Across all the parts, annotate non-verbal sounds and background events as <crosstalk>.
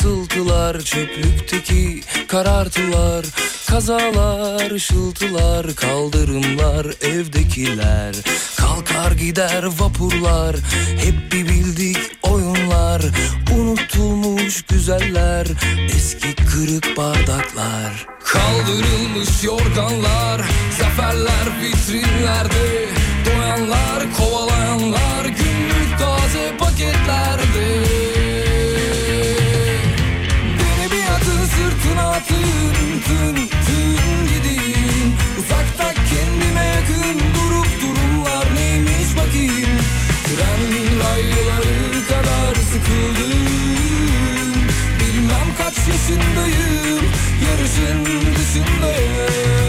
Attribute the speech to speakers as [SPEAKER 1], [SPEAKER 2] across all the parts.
[SPEAKER 1] martılar Çöplükteki karartılar Kazalar, ışıltılar Kaldırımlar, evdekiler Kalkar gider vapurlar Hep bir bildik oyunlar Unutulmuş güzeller Eski kırık bardaklar Kaldırılmış yorganlar Zaferler vitrinlerde Doyanlar, kovalayanlar Günlük taze paketlerde Beni bir atın sırtına atın Tın tın gideyim Uzakta kendime yakın Durup durumlar neymiş bakayım Tren rayları kadar sıkıldım Bilmem kaç yaşındayım Yarışın dışındayım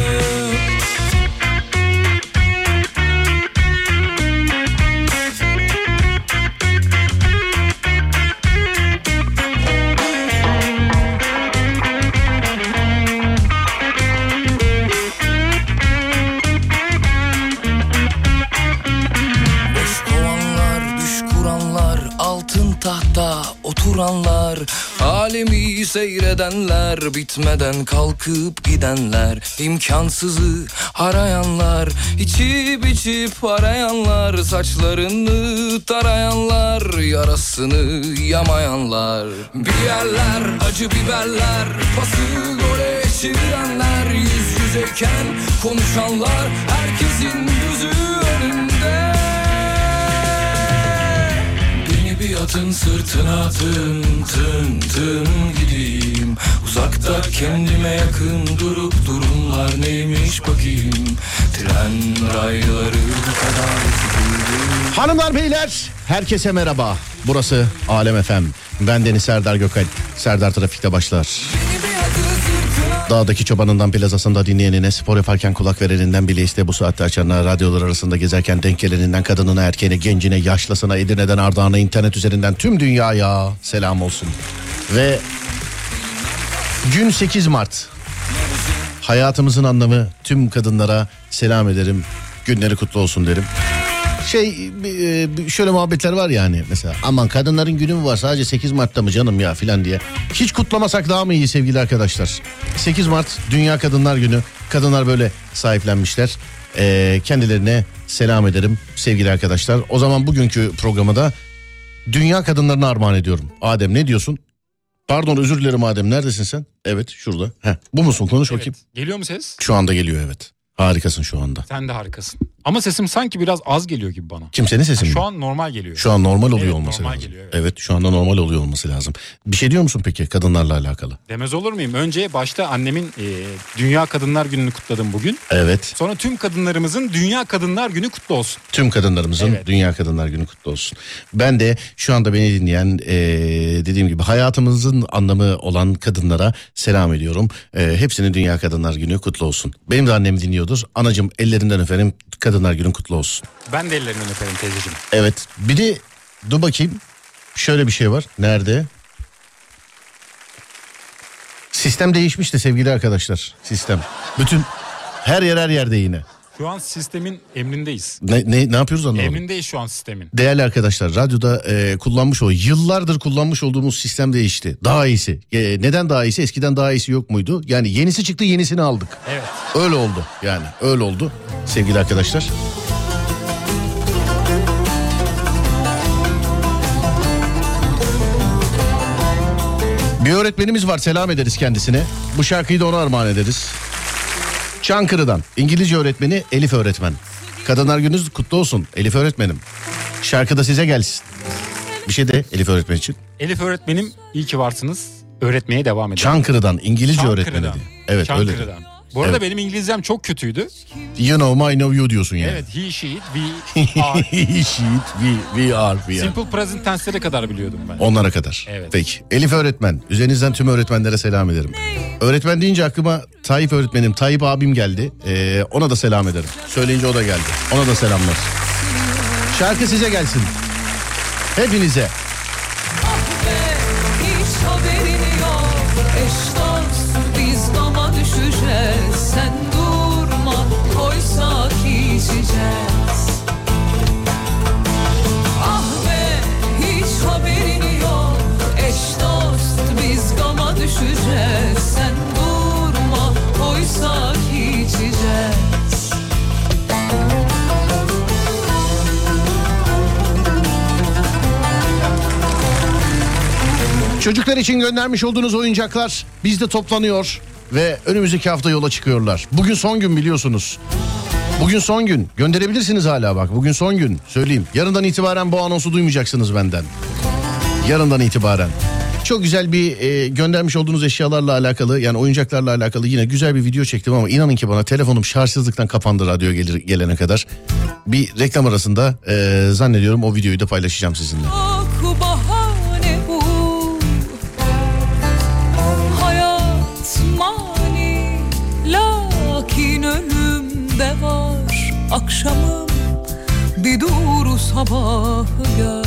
[SPEAKER 1] Boş kovanlar, düş kuranlar, altın tahta oturanlar Alemi seyredenler, bitmeden kalkıp gidenler imkansızı arayanlar, içip içip arayanlar Saçlarını tarayanlar, yarasını yamayanlar Bir yerler, acı biberler, pası gole çevirenler Yüz yüzeyken konuşanlar, herkesin gözü önünde Beni bir atın sırtına tın tın tın gideyim Uzakta kendime yakın durup durumlar neymiş bakayım Tren rayları bu kadar sıkıldım
[SPEAKER 2] Hanımlar beyler herkese merhaba. Burası Alem FM. Ben Deniz Serdar Gökal. Serdar Trafik'te başlar. Dağdaki çobanından plazasında dinleyenine spor yaparken kulak vereninden bile iste bu saatte açanına radyolar arasında gezerken denk geleninden kadınına erkeğine gencine yaşlısına Edirne'den Ardahan'a internet üzerinden tüm dünyaya selam olsun. Ve gün 8 Mart hayatımızın anlamı tüm kadınlara selam ederim günleri kutlu olsun derim şey e, şöyle muhabbetler var yani mesela aman kadınların günü mü var sadece 8 Mart'ta mı canım ya filan diye. Hiç kutlamasak daha mı iyi sevgili arkadaşlar? 8 Mart Dünya Kadınlar Günü. Kadınlar böyle sahiplenmişler. E, kendilerine selam ederim sevgili arkadaşlar. O zaman bugünkü programı da Dünya Kadınlarına armağan ediyorum. Adem ne diyorsun? Pardon özür dilerim Adem neredesin sen? Evet şurada. Heh, bu musun konuş bakayım.
[SPEAKER 3] Evet. Geliyor mu ses?
[SPEAKER 2] Şu anda geliyor evet. Harikasın şu anda.
[SPEAKER 3] Sen de harikasın. Ama sesim sanki biraz az geliyor gibi bana.
[SPEAKER 2] Kimsenin sesi mi?
[SPEAKER 3] Şu an normal geliyor.
[SPEAKER 2] Şu an normal oluyor
[SPEAKER 3] Evet,
[SPEAKER 2] olması
[SPEAKER 3] normal
[SPEAKER 2] lazım.
[SPEAKER 3] geliyor,
[SPEAKER 2] evet. şu anda normal oluyor olması lazım. Bir şey diyor musun peki kadınlarla alakalı?
[SPEAKER 3] Demez olur muyum? Önce başta annemin e, Dünya Kadınlar Günü'nü kutladım bugün.
[SPEAKER 2] Evet.
[SPEAKER 3] Sonra tüm kadınlarımızın Dünya Kadınlar Günü kutlu olsun.
[SPEAKER 2] Tüm kadınlarımızın
[SPEAKER 3] Evet.
[SPEAKER 2] Dünya Kadınlar Günü kutlu olsun. Ben de şu anda beni dinleyen eee, dediğim gibi hayatımızın anlamı olan kadınlara selam ediyorum. Eee hepsinin Dünya Kadınlar Günü kutlu olsun. Benim de annem dinliyordur. Anacım ellerinden öperim Kadınlar Günü kutlu olsun.
[SPEAKER 3] Ben de ellerinden öperim teyzeciğim.
[SPEAKER 2] Evet bir de dur bakayım şöyle bir şey var. Nerede? Sistem değişmiş de sevgili arkadaşlar sistem. Bütün her yer her yerde yine.
[SPEAKER 3] Şu an sistemin emrindeyiz.
[SPEAKER 2] Ne, ne, ne yapıyoruz anlamadım.
[SPEAKER 3] Emrindeyiz şu an sistemin.
[SPEAKER 2] Değerli arkadaşlar radyoda e, kullanmış o yıllardır kullanmış olduğumuz sistem değişti. Daha iyisi. E, neden daha iyisi? Eskiden daha iyisi yok muydu? Yani yenisi çıktı yenisini aldık.
[SPEAKER 3] Evet.
[SPEAKER 2] Öyle oldu yani öyle oldu sevgili arkadaşlar. Bir öğretmenimiz var selam ederiz kendisine. Bu şarkıyı da ona armağan ederiz. Çankırı'dan İngilizce öğretmeni Elif öğretmen. Kadınlar gününüz kutlu olsun Elif öğretmenim. Şarkı da size gelsin. Bir şey de Elif öğretmen için.
[SPEAKER 3] Elif öğretmenim iyi ki varsınız. Öğretmeye devam edelim.
[SPEAKER 2] Çankırı'dan İngilizce
[SPEAKER 3] Çankırı'dan.
[SPEAKER 2] öğretmeni. diye. Evet öyle.
[SPEAKER 3] Çankırı'dan. Bu arada
[SPEAKER 2] Evet.
[SPEAKER 3] benim İngilizcem çok kötüydü.
[SPEAKER 2] You know my know you diyorsun yani.
[SPEAKER 3] Evet he, she, it,
[SPEAKER 2] <laughs>
[SPEAKER 3] we, are.
[SPEAKER 2] Shit, we, we are, we are.
[SPEAKER 3] Simple present tense'lere kadar biliyordum ben.
[SPEAKER 2] Onlara kadar.
[SPEAKER 3] Evet.
[SPEAKER 2] Peki. Elif öğretmen. Üzerinizden tüm öğretmenlere selam ederim. Öğretmen deyince aklıma Tayyip öğretmenim, Tayyip abim geldi. Ee, ona da selam ederim. Söyleyince o da geldi. Ona da selamlar. Şarkı size gelsin. Hepinize.
[SPEAKER 4] Ah be, hiç haberin yok. Eş dost, biz dama düşeceğiz. Sen durma, koysak içeceğiz. Ah be, hiç haberin yok. Eş dost, biz gama
[SPEAKER 2] Çocuklar için göndermiş olduğunuz oyuncaklar bizde toplanıyor ve önümüzdeki hafta yola çıkıyorlar. Bugün son gün biliyorsunuz. Bugün son gün. Gönderebilirsiniz hala bak. Bugün son gün. Söyleyeyim. Yarından itibaren bu anonsu duymayacaksınız benden. Yarından itibaren. Çok güzel bir e, göndermiş olduğunuz eşyalarla alakalı yani oyuncaklarla alakalı yine güzel bir video çektim ama inanın ki bana telefonum şarjsızlıktan kapandı radyo gelir, gelene kadar. Bir reklam arasında e, zannediyorum o videoyu da paylaşacağım sizinle.
[SPEAKER 4] Yok bahane bu Hayat mani Lakin önümde var Akşamım bir dur sabahı gör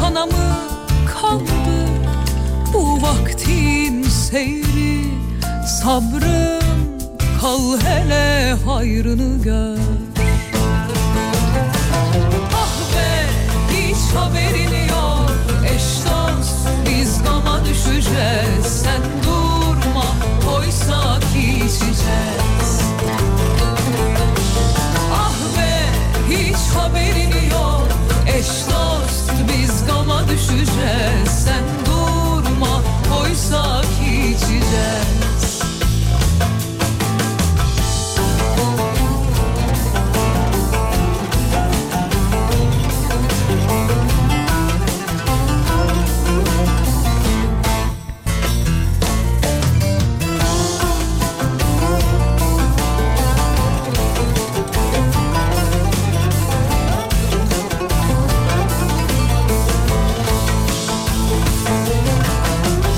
[SPEAKER 4] Sana mı kaldı bu vaktin seyri Sabrım kal hele hayrını gör Ah be hiç haberin yok Eş dost biz dama düşeceğiz Sen durma koysa ki içeceğiz Ah be hiç haberin yok Eş dost biz dama düşeceğiz Sen durma koysa ki içeceğiz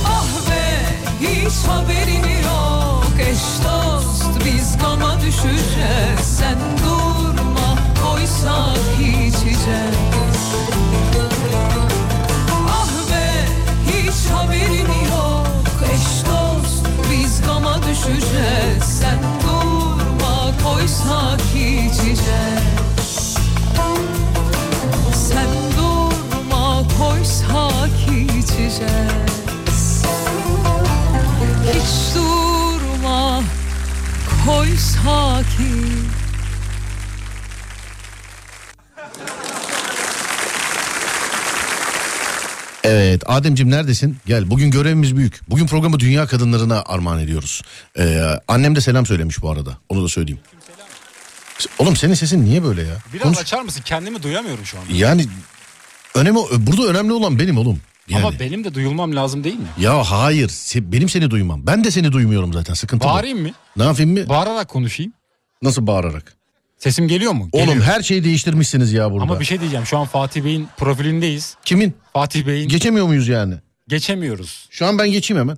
[SPEAKER 4] Ah be hiç haberin yok eş dost biz kama düşeceğiz sen durma koysak içeceğiz. Ah be hiç haberin yok eş dost biz kama düşeceğiz sen durma koysak içeceğiz. Sen durma koysak içeceğiz Hiç durma koysak içeceğiz
[SPEAKER 2] Evet Ademcim neredesin? Gel bugün görevimiz büyük. Bugün programı dünya kadınlarına armağan ediyoruz. Ee, annem de selam söylemiş bu arada. Onu da söyleyeyim. Oğlum senin sesin niye böyle ya?
[SPEAKER 3] Biraz
[SPEAKER 2] Konuş-
[SPEAKER 3] açar mısın? Kendimi duyamıyorum şu anda.
[SPEAKER 2] Yani önemli burada önemli olan benim oğlum. Yani.
[SPEAKER 3] Ama benim de duyulmam lazım değil mi?
[SPEAKER 2] Ya hayır se- benim seni duymam. Ben de seni duymuyorum zaten sıkıntı bu.
[SPEAKER 3] Bağırayım mı?
[SPEAKER 2] Ne yapayım mı?
[SPEAKER 3] Bağırarak konuşayım.
[SPEAKER 2] Nasıl bağırarak?
[SPEAKER 3] Sesim geliyor mu?
[SPEAKER 2] Oğlum
[SPEAKER 3] Geliyor.
[SPEAKER 2] her şeyi değiştirmişsiniz ya burada.
[SPEAKER 3] Ama bir şey diyeceğim. Şu an Fatih Bey'in profilindeyiz.
[SPEAKER 2] Kimin?
[SPEAKER 3] Fatih Bey'in
[SPEAKER 2] Geçemiyor muyuz yani?
[SPEAKER 3] geçemiyoruz.
[SPEAKER 2] Şu an ben geçeyim hemen.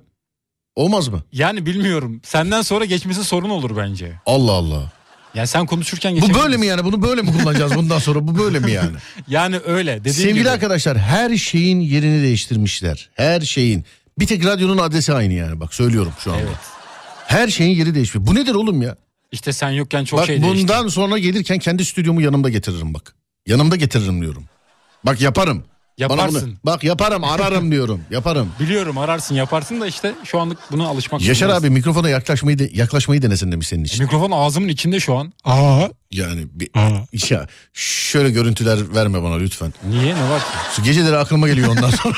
[SPEAKER 2] Olmaz mı?
[SPEAKER 3] Yani bilmiyorum. Senden sonra geçmesi sorun olur bence.
[SPEAKER 2] Allah Allah.
[SPEAKER 3] Yani sen konuşurken
[SPEAKER 2] Bu
[SPEAKER 3] geçemiyoruz.
[SPEAKER 2] böyle mi yani? Bunu böyle mi kullanacağız bundan sonra? Bu böyle mi
[SPEAKER 3] <laughs>
[SPEAKER 2] yani?
[SPEAKER 3] Yani öyle. Dediğim
[SPEAKER 2] Sevgili
[SPEAKER 3] gibi.
[SPEAKER 2] arkadaşlar her şeyin yerini değiştirmişler. Her şeyin. Bir tek radyonun adresi aynı yani bak söylüyorum şu anda.
[SPEAKER 3] Evet.
[SPEAKER 2] Her şeyin yeri değişmiş. Bu nedir oğlum ya?
[SPEAKER 3] İşte sen yokken çok
[SPEAKER 2] bak
[SPEAKER 3] şey
[SPEAKER 2] bundan
[SPEAKER 3] değişti.
[SPEAKER 2] sonra gelirken kendi stüdyomu yanımda getiririm bak. Yanımda getiririm diyorum. Bak yaparım. Bana bunu-
[SPEAKER 3] Yaparsın.
[SPEAKER 2] bak yaparım
[SPEAKER 3] <laughs>
[SPEAKER 2] ararım diyorum. Yaparım.
[SPEAKER 3] Biliyorum ararsın yaparsın da işte şu anlık buna alışmak
[SPEAKER 2] Yaşar
[SPEAKER 3] zorundasın.
[SPEAKER 2] abi mikrofona yaklaşmayı de- yaklaşmayı denesin demiş senin için.
[SPEAKER 3] Mikrofon ağzımın içinde şu an.
[SPEAKER 2] Yani bir, ya şöyle görüntüler verme bana lütfen.
[SPEAKER 3] Niye ne var ki?
[SPEAKER 2] Şu Geceleri aklıma geliyor ondan
[SPEAKER 3] <laughs>
[SPEAKER 2] sonra.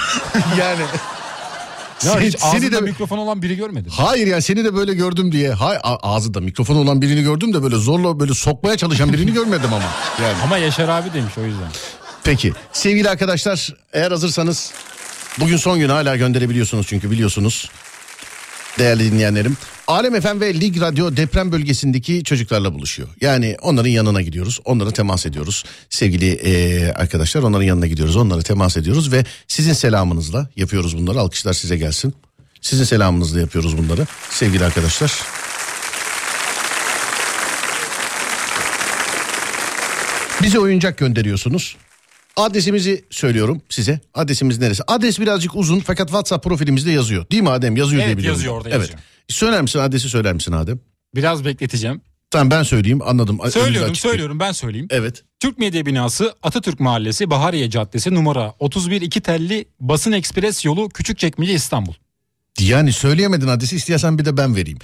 [SPEAKER 2] yani
[SPEAKER 3] Ya
[SPEAKER 2] Sen-
[SPEAKER 3] hiç
[SPEAKER 2] seni
[SPEAKER 3] ağzında
[SPEAKER 2] de
[SPEAKER 3] mikrofon olan biri görmedim.
[SPEAKER 2] Hayır ya seni de böyle gördüm diye. Hay a- ağzında mikrofon olan birini gördüm de böyle zorla böyle sokmaya çalışan birini görmedim ama. Yani.
[SPEAKER 3] Ama Yaşar abi demiş o yüzden.
[SPEAKER 2] Peki sevgili arkadaşlar eğer hazırsanız bugün son gün hala gönderebiliyorsunuz çünkü biliyorsunuz. Değerli dinleyenlerim. Alem FM ve Lig Radyo deprem bölgesindeki çocuklarla buluşuyor. Yani onların yanına gidiyoruz. Onlara temas ediyoruz. Sevgili eee, arkadaşlar onların yanına gidiyoruz. Onlara temas ediyoruz ve sizin selamınızla yapıyoruz bunları. Alkışlar size gelsin. Sizin selamınızla yapıyoruz bunları. Sevgili arkadaşlar. Bize oyuncak gönderiyorsunuz. Adresimizi söylüyorum size. Adresimiz neresi? Adres birazcık uzun fakat WhatsApp profilimizde yazıyor. Değil mi Adem? Yazıyor
[SPEAKER 3] Evet,
[SPEAKER 2] diye biliyorum.
[SPEAKER 3] yazıyor orada
[SPEAKER 2] Evet.
[SPEAKER 3] yazıyor.
[SPEAKER 2] Söyler misin adresi söyler misin Adem?
[SPEAKER 3] Biraz bekleteceğim.
[SPEAKER 2] Tamam ben söyleyeyim anladım. A- önümüzü
[SPEAKER 3] Söylüyorum
[SPEAKER 2] açık değil.
[SPEAKER 3] söylüyorum ben söyleyeyim.
[SPEAKER 2] Evet.
[SPEAKER 3] Türk Medya Binası Atatürk Mahallesi Bahariye Caddesi numara 31 2 telli Basın Ekspres yolu Küçükçekmece İstanbul.
[SPEAKER 2] Yani söyleyemedin adresi istiyorsan bir de ben vereyim.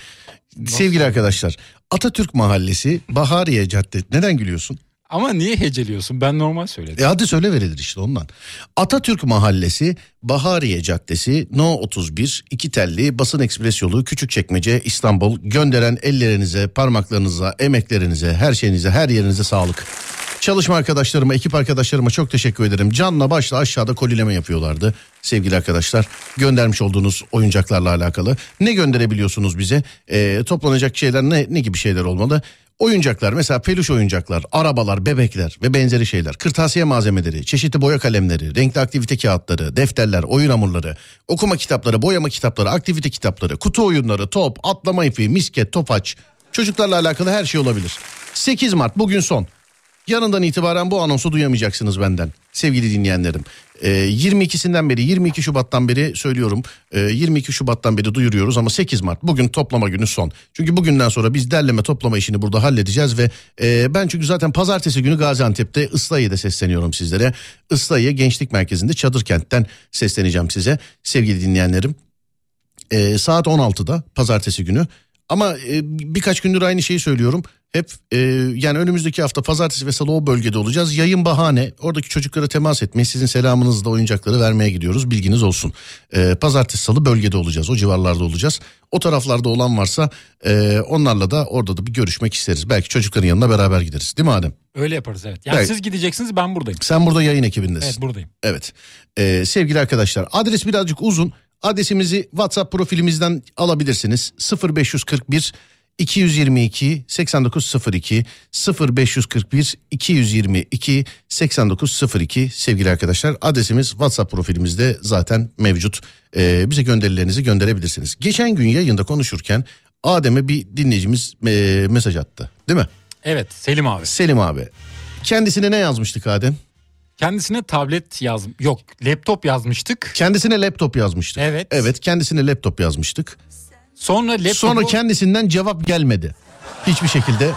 [SPEAKER 2] Sevgili arkadaşlar Atatürk Mahallesi Bahariye Caddesi. Neden gülüyorsun?
[SPEAKER 3] Ama niye heceliyorsun? Ben normal söyledim.
[SPEAKER 2] E hadi söyle verilir işte ondan. Atatürk Mahallesi, Bahariye Caddesi, No 31, İki Telli, Basın Ekspres Yolu, Küçükçekmece, İstanbul. Gönderen ellerinize, parmaklarınıza, emeklerinize, her şeyinize, her yerinize sağlık. Çalışma arkadaşlarıma, ekip arkadaşlarıma çok teşekkür ederim. Canla başla aşağıda kolileme yapıyorlardı sevgili arkadaşlar. Göndermiş olduğunuz oyuncaklarla alakalı. Ne gönderebiliyorsunuz bize? E, toplanacak şeyler ne, ne gibi şeyler olmalı? Oyuncaklar mesela peluş oyuncaklar, arabalar, bebekler ve benzeri şeyler. Kırtasiye malzemeleri, çeşitli boya kalemleri, renkli aktivite kağıtları, defterler, oyun hamurları, okuma kitapları, boyama kitapları, aktivite kitapları, kutu oyunları, top, atlama ipi, misket, topaç. Çocuklarla alakalı her şey olabilir. 8 Mart bugün son. Yarından itibaren bu anonsu duyamayacaksınız benden sevgili dinleyenlerim. Ee, 22'sinden beri 22 Şubat'tan beri söylüyorum Ee, 22 Şubat'tan beri duyuruyoruz ama 8 Mart bugün toplama günü son. Çünkü bugünden sonra biz derleme toplama işini burada halledeceğiz ve e, ben çünkü zaten pazartesi günü Gaziantep'te Islahiye'de sesleniyorum sizlere. Islahiye Gençlik Merkezi'nde Çadırkent'ten sesleneceğim size sevgili dinleyenlerim. Ee, saat 16'da pazartesi günü ama e, birkaç gündür aynı şeyi söylüyorum. Hep e, yani önümüzdeki hafta pazartesi ve salı o bölgede olacağız. Yayın bahane oradaki çocuklara temas etmeye sizin selamınızla oyuncakları vermeye gidiyoruz bilginiz olsun. E, pazartesi salı bölgede olacağız o civarlarda olacağız. O taraflarda olan varsa e, onlarla da orada da bir görüşmek isteriz. Belki çocukların yanına beraber gideriz değil mi Adem?
[SPEAKER 3] Öyle yaparız evet. Yani
[SPEAKER 2] Evet.
[SPEAKER 3] siz gideceksiniz ben buradayım.
[SPEAKER 2] Sen burada yayın ekibindesin.
[SPEAKER 3] Evet buradayım.
[SPEAKER 2] Evet. Ee, sevgili arkadaşlar adres birazcık uzun. Adresimizi WhatsApp profilimizden alabilirsiniz. 0541 222 8902 0541 222 8902 sevgili arkadaşlar adresimiz WhatsApp profilimizde zaten mevcut. Ee, bize gönderilerinizi gönderebilirsiniz. Geçen gün yayında konuşurken Adem'e bir dinleyicimiz e, mesaj attı değil mi?
[SPEAKER 3] Evet Selim abi.
[SPEAKER 2] Selim abi. Kendisine ne yazmıştık Adem?
[SPEAKER 3] Kendisine tablet yaz yok laptop yazmıştık.
[SPEAKER 2] Kendisine laptop yazmıştık.
[SPEAKER 3] Evet.
[SPEAKER 2] Evet kendisine laptop yazmıştık.
[SPEAKER 3] Sonra laptopu
[SPEAKER 2] Sonra kendisinden cevap gelmedi. Hiçbir şekilde.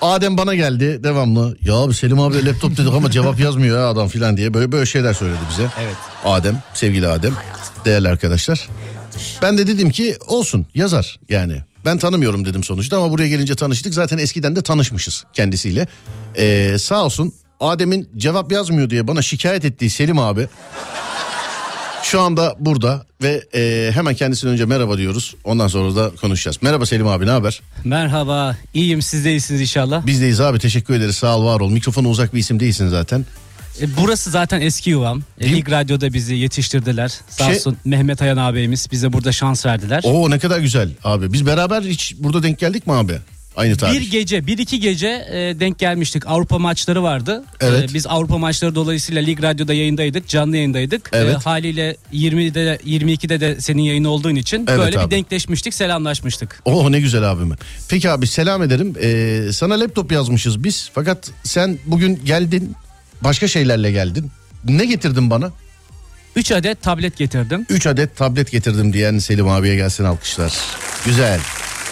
[SPEAKER 2] Adem bana geldi devamlı. Ya abi Selim abi laptop dedik ama cevap yazmıyor ya adam filan diye böyle böyle şeyler söyledi bize.
[SPEAKER 3] Evet.
[SPEAKER 2] Adem, sevgili Adem, değerli arkadaşlar. Ben de dedim ki olsun yazar yani. Ben tanımıyorum dedim sonuçta ama buraya gelince tanıştık. Zaten eskiden de tanışmışız kendisiyle. Ee, sağ olsun Adem'in cevap yazmıyor diye bana şikayet ettiği Selim abi şu anda burada ve e, hemen kendisine önce merhaba diyoruz. Ondan sonra da konuşacağız. Merhaba Selim abi ne haber?
[SPEAKER 5] Merhaba, iyiyim siz de iyisiniz inşallah.
[SPEAKER 2] Bizdeyiz abi teşekkür ederiz sağ ol var ol. Mikrofona uzak bir isim değilsin zaten.
[SPEAKER 5] E, Burası zaten eski yuvam. E,
[SPEAKER 2] Değil mi?
[SPEAKER 5] İlk radyoda bizi yetiştirdiler. Sağ
[SPEAKER 2] Şey-
[SPEAKER 5] olsun Mehmet Ayan ağabeyimiz bize burada şans verdiler.
[SPEAKER 2] Oo ne kadar güzel abi. Biz beraber hiç burada denk geldik mi abi? Aynı tarih.
[SPEAKER 5] bir gece, bir iki gece e, denk gelmiştik. Avrupa maçları vardı. E,
[SPEAKER 2] Evet.
[SPEAKER 5] biz Avrupa maçları dolayısıyla Lig Radyo'da yayındaydık, canlı yayındaydık. E,
[SPEAKER 2] Evet.
[SPEAKER 5] haliyle 20'de de, 22'de de senin yayın olduğun için
[SPEAKER 2] Evet
[SPEAKER 5] böyle
[SPEAKER 2] abi.
[SPEAKER 5] bir denkleşmiştik, selamlaşmıştık.
[SPEAKER 2] Oh ne güzel abime. Peki abi selam ederim. Ee, sana laptop yazmışız biz. Fakat sen bugün geldin. Başka şeylerle geldin. Ne getirdin bana?
[SPEAKER 5] 3 adet tablet getirdim.
[SPEAKER 2] 3 adet tablet getirdim diyen Selim abiye gelsin alkışlar. Güzel.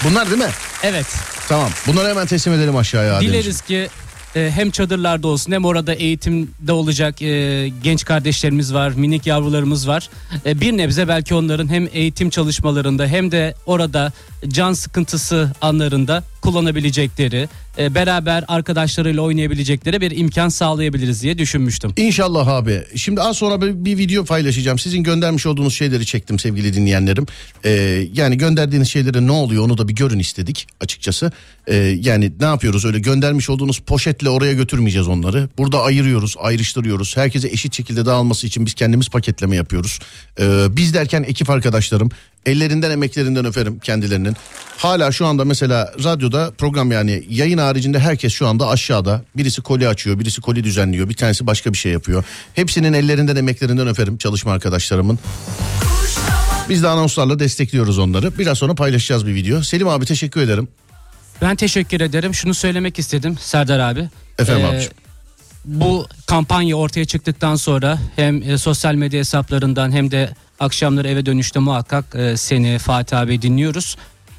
[SPEAKER 2] Bunlar değil mi?
[SPEAKER 5] Evet.
[SPEAKER 2] Tamam. Bunları hemen teslim edelim aşağıya. Ademciğim.
[SPEAKER 5] Dileriz ki e, hem çadırlarda olsun hem orada eğitimde olacak e, genç kardeşlerimiz var, minik yavrularımız var. E, bir nebze belki onların hem eğitim çalışmalarında hem de orada can sıkıntısı anlarında kullanabilecekleri, e, beraber arkadaşlarıyla oynayabilecekleri bir imkan sağlayabiliriz diye düşünmüştüm.
[SPEAKER 2] İnşallah abi. Şimdi az sonra bir, bir video paylaşacağım. Sizin göndermiş olduğunuz şeyleri çektim sevgili dinleyenlerim. Ee, yani gönderdiğiniz şeylere ne oluyor onu da bir görün istedik açıkçası. Ee, yani ne yapıyoruz öyle göndermiş olduğunuz poşetle oraya götürmeyeceğiz onları. Burada ayırıyoruz, ayrıştırıyoruz. Herkese eşit şekilde dağılması için biz kendimiz paketleme yapıyoruz. Ee, biz derken ekip arkadaşlarım ellerinden emeklerinden öferim kendilerinin. Hala şu anda mesela radyoda program yani yayın haricinde herkes şu anda aşağıda. Birisi koli açıyor, birisi koli düzenliyor, bir tanesi başka bir şey yapıyor. Hepsinin ellerinden emeklerinden öferim çalışma arkadaşlarımın. Biz de anonslarla destekliyoruz onları. Biraz sonra paylaşacağız bir video. Selim abi teşekkür ederim.
[SPEAKER 5] Ben teşekkür ederim. Şunu söylemek istedim Serdar abi.
[SPEAKER 2] Efendim
[SPEAKER 5] Ee,
[SPEAKER 2] abiciğim.
[SPEAKER 5] Bu kampanya ortaya çıktıktan sonra hem e, sosyal medya hesaplarından hem de akşamları eve dönüşte muhakkak e, seni Fatih abi dinliyoruz.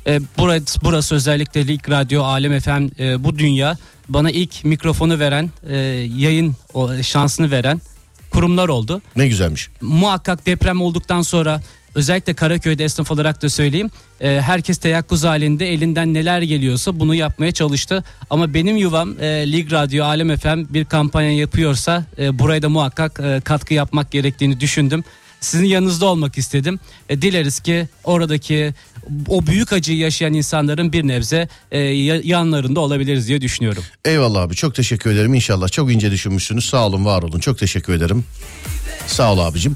[SPEAKER 5] E, burası, burası özellikle Lig Radyo, Alem FM e, bu dünya bana ilk mikrofonu veren, e, yayın o, şansını veren kurumlar oldu
[SPEAKER 2] Ne güzelmiş.
[SPEAKER 5] muhakkak deprem olduktan sonra özellikle Karaköy'de esnaf olarak da söyleyeyim. e, herkes teyakkuz halinde elinden neler geliyorsa bunu yapmaya çalıştı. Ama benim yuvam e, Lig Radyo, Alem FM bir kampanya yapıyorsa e, buraya da muhakkak e, katkı yapmak gerektiğini düşündüm. Sizin yanınızda olmak istedim. E, dileriz ki oradaki o büyük acıyı yaşayan insanların bir nebze e, ya- yanlarında olabiliriz diye düşünüyorum.
[SPEAKER 2] Eyvallah abi çok teşekkür ederim inşallah. Çok ince düşünmüşsünüz sağ olun var olun çok teşekkür ederim. Sağ ol abicim.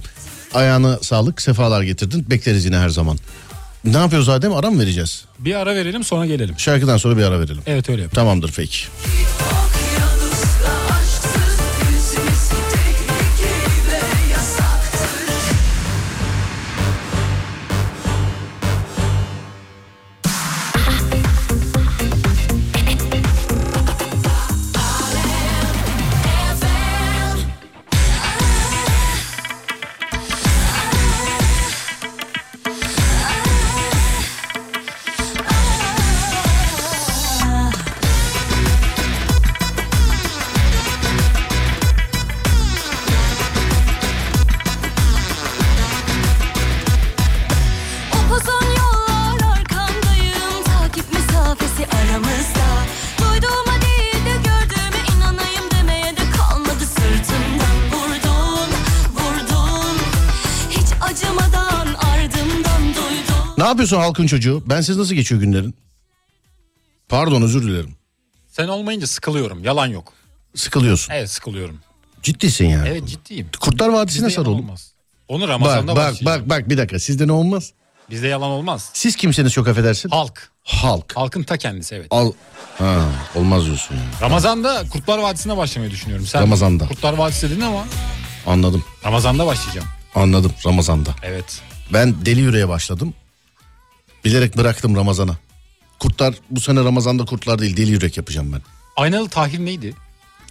[SPEAKER 2] Ayağına sağlık sefalar getirdin bekleriz yine her zaman. Ne yapıyoruz Adem ara mı vereceğiz?
[SPEAKER 3] Bir ara verelim sonra gelelim.
[SPEAKER 2] Şarkıdan sonra bir ara verelim.
[SPEAKER 3] Evet öyle yapalım.
[SPEAKER 2] Tamamdır peki.
[SPEAKER 4] Okyanusta aşksız yüzümüz tehlikeyle yasaktır
[SPEAKER 6] Upuzun yollar arkamdayım Takip mesafesi aramızda Duyduğuma değil de gördüğüme inanayım demeye de kalmadı sırtımdan Vurdun, vurdun Hiç acımadan ardımdan duydum
[SPEAKER 2] Ne yapıyorsun halkın çocuğu? Ben siz nasıl geçiyor günlerin? Pardon özür dilerim.
[SPEAKER 3] Sen olmayınca sıkılıyorum. Yalan yok.
[SPEAKER 2] Sıkılıyorsun.
[SPEAKER 3] Evet sıkılıyorum.
[SPEAKER 2] Ciddisin yani.
[SPEAKER 3] Evet ciddiyim.
[SPEAKER 2] Kurtlar Vadisi'ne
[SPEAKER 3] Bizde
[SPEAKER 2] sar
[SPEAKER 3] yalan
[SPEAKER 2] oğlum.
[SPEAKER 3] olmaz. Onu
[SPEAKER 2] Bak
[SPEAKER 3] Ramazan'da
[SPEAKER 2] bak bak bak bir dakika sizde ne olmaz?
[SPEAKER 3] Bizde yalan olmaz.
[SPEAKER 2] Siz kimsiniz çok affedersin?
[SPEAKER 3] Halk.
[SPEAKER 2] Halk.
[SPEAKER 3] Halkın ta kendisi evet.
[SPEAKER 2] Al. Ha, olmaz diyorsun yani.
[SPEAKER 3] Ramazan'da Kurtlar Vadisi'ne başlamayı düşünüyorum. Sen
[SPEAKER 2] Ramazan'da.
[SPEAKER 3] Kurtlar Vadisi dedin ama
[SPEAKER 2] Anladım.
[SPEAKER 3] Ramazan'da başlayacağım.
[SPEAKER 2] Anladım Ramazan'da.
[SPEAKER 3] Evet.
[SPEAKER 2] Ben deli yüreğe başladım. Bilerek bıraktım Ramazan'a. Kurtlar bu sene Ramazan'da kurtlar değil deli yürek yapacağım ben.
[SPEAKER 3] Aynalı Tahir neydi?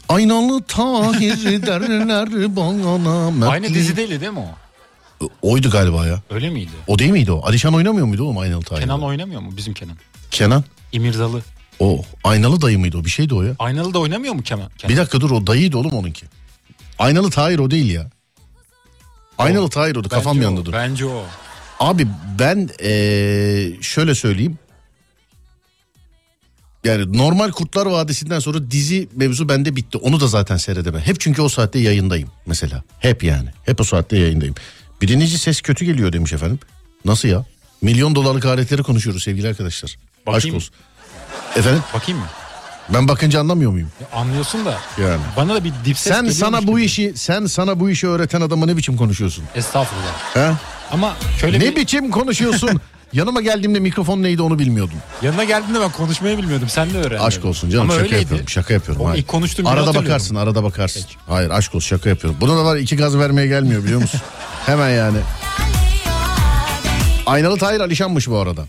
[SPEAKER 2] Aynalı
[SPEAKER 3] <laughs>
[SPEAKER 2] Tahir derler bana. Mertli.
[SPEAKER 3] Aynı dizideydi değil mi o?
[SPEAKER 2] Oydu galiba ya.
[SPEAKER 3] Öyle miydi?
[SPEAKER 2] O değil miydi o? Alişan oynamıyor muydu oğlum Aynalı Tahir'de?
[SPEAKER 3] Kenan oynamıyor mu bizim Kenan?
[SPEAKER 2] Kenan.
[SPEAKER 3] İmirzalı.
[SPEAKER 2] O aynalı dayı mıydı o? Bir şeydi o ya.
[SPEAKER 3] Aynalı da oynamıyor mu Kenan? Kenan?
[SPEAKER 2] Bir dakika dur o dayıydı oğlum onunki. Aynalı Tahir o değil ya. Aynalı Tahir oydu
[SPEAKER 3] Bence
[SPEAKER 2] kafam
[SPEAKER 3] o,
[SPEAKER 2] yandı dur.
[SPEAKER 3] Bence o.
[SPEAKER 2] Abi ben eee, şöyle söyleyeyim. Yani normal Kurtlar Vadisi'nden sonra dizi mevzu bende bitti. Onu da zaten seyredemem. Hep çünkü o saatte yayındayım mesela. Hep yani. Hep o saatte yayındayım. Birinci ses kötü geliyor demiş efendim. Nasıl ya? Milyon dolarlık aletleri konuşuyoruz sevgili arkadaşlar. Aşk
[SPEAKER 3] Bakayım.
[SPEAKER 2] olsun. Efendim
[SPEAKER 3] Bakayım mı?
[SPEAKER 2] ben bakınca anlamıyor muyum?
[SPEAKER 3] Ya anlıyorsun da.
[SPEAKER 2] Yani.
[SPEAKER 3] Bana da bir dip ses
[SPEAKER 2] sen
[SPEAKER 3] geliyormuş
[SPEAKER 2] sana bu
[SPEAKER 3] gibi.
[SPEAKER 2] işi sen sana bu işi öğreten adama ne biçim konuşuyorsun?
[SPEAKER 3] Estağfurullah.
[SPEAKER 2] He?
[SPEAKER 3] Ama şöyle
[SPEAKER 2] Ne
[SPEAKER 3] bir...
[SPEAKER 2] biçim
[SPEAKER 3] <laughs>
[SPEAKER 2] konuşuyorsun? Yanıma geldiğimde mikrofon neydi onu bilmiyordum.
[SPEAKER 3] Yanına geldiğinde ben konuşmayı bilmiyordum. Sen de öğrendin.
[SPEAKER 2] Aşk olsun canım
[SPEAKER 3] Ama
[SPEAKER 2] şaka
[SPEAKER 3] öyleydi.
[SPEAKER 2] yapıyorum. Şaka yapıyorum.
[SPEAKER 3] O
[SPEAKER 2] hayır.
[SPEAKER 3] ilk konuştuğum günü
[SPEAKER 2] Arada
[SPEAKER 3] hatırlıyorum.
[SPEAKER 2] bakarsın arada bakarsın. Hayır aşk olsun şaka yapıyorum. Buna da var iki gaz vermeye gelmiyor biliyor
[SPEAKER 3] <laughs>
[SPEAKER 2] musun? Hemen yani. Aynalı Tahir Alişan'mış bu arada.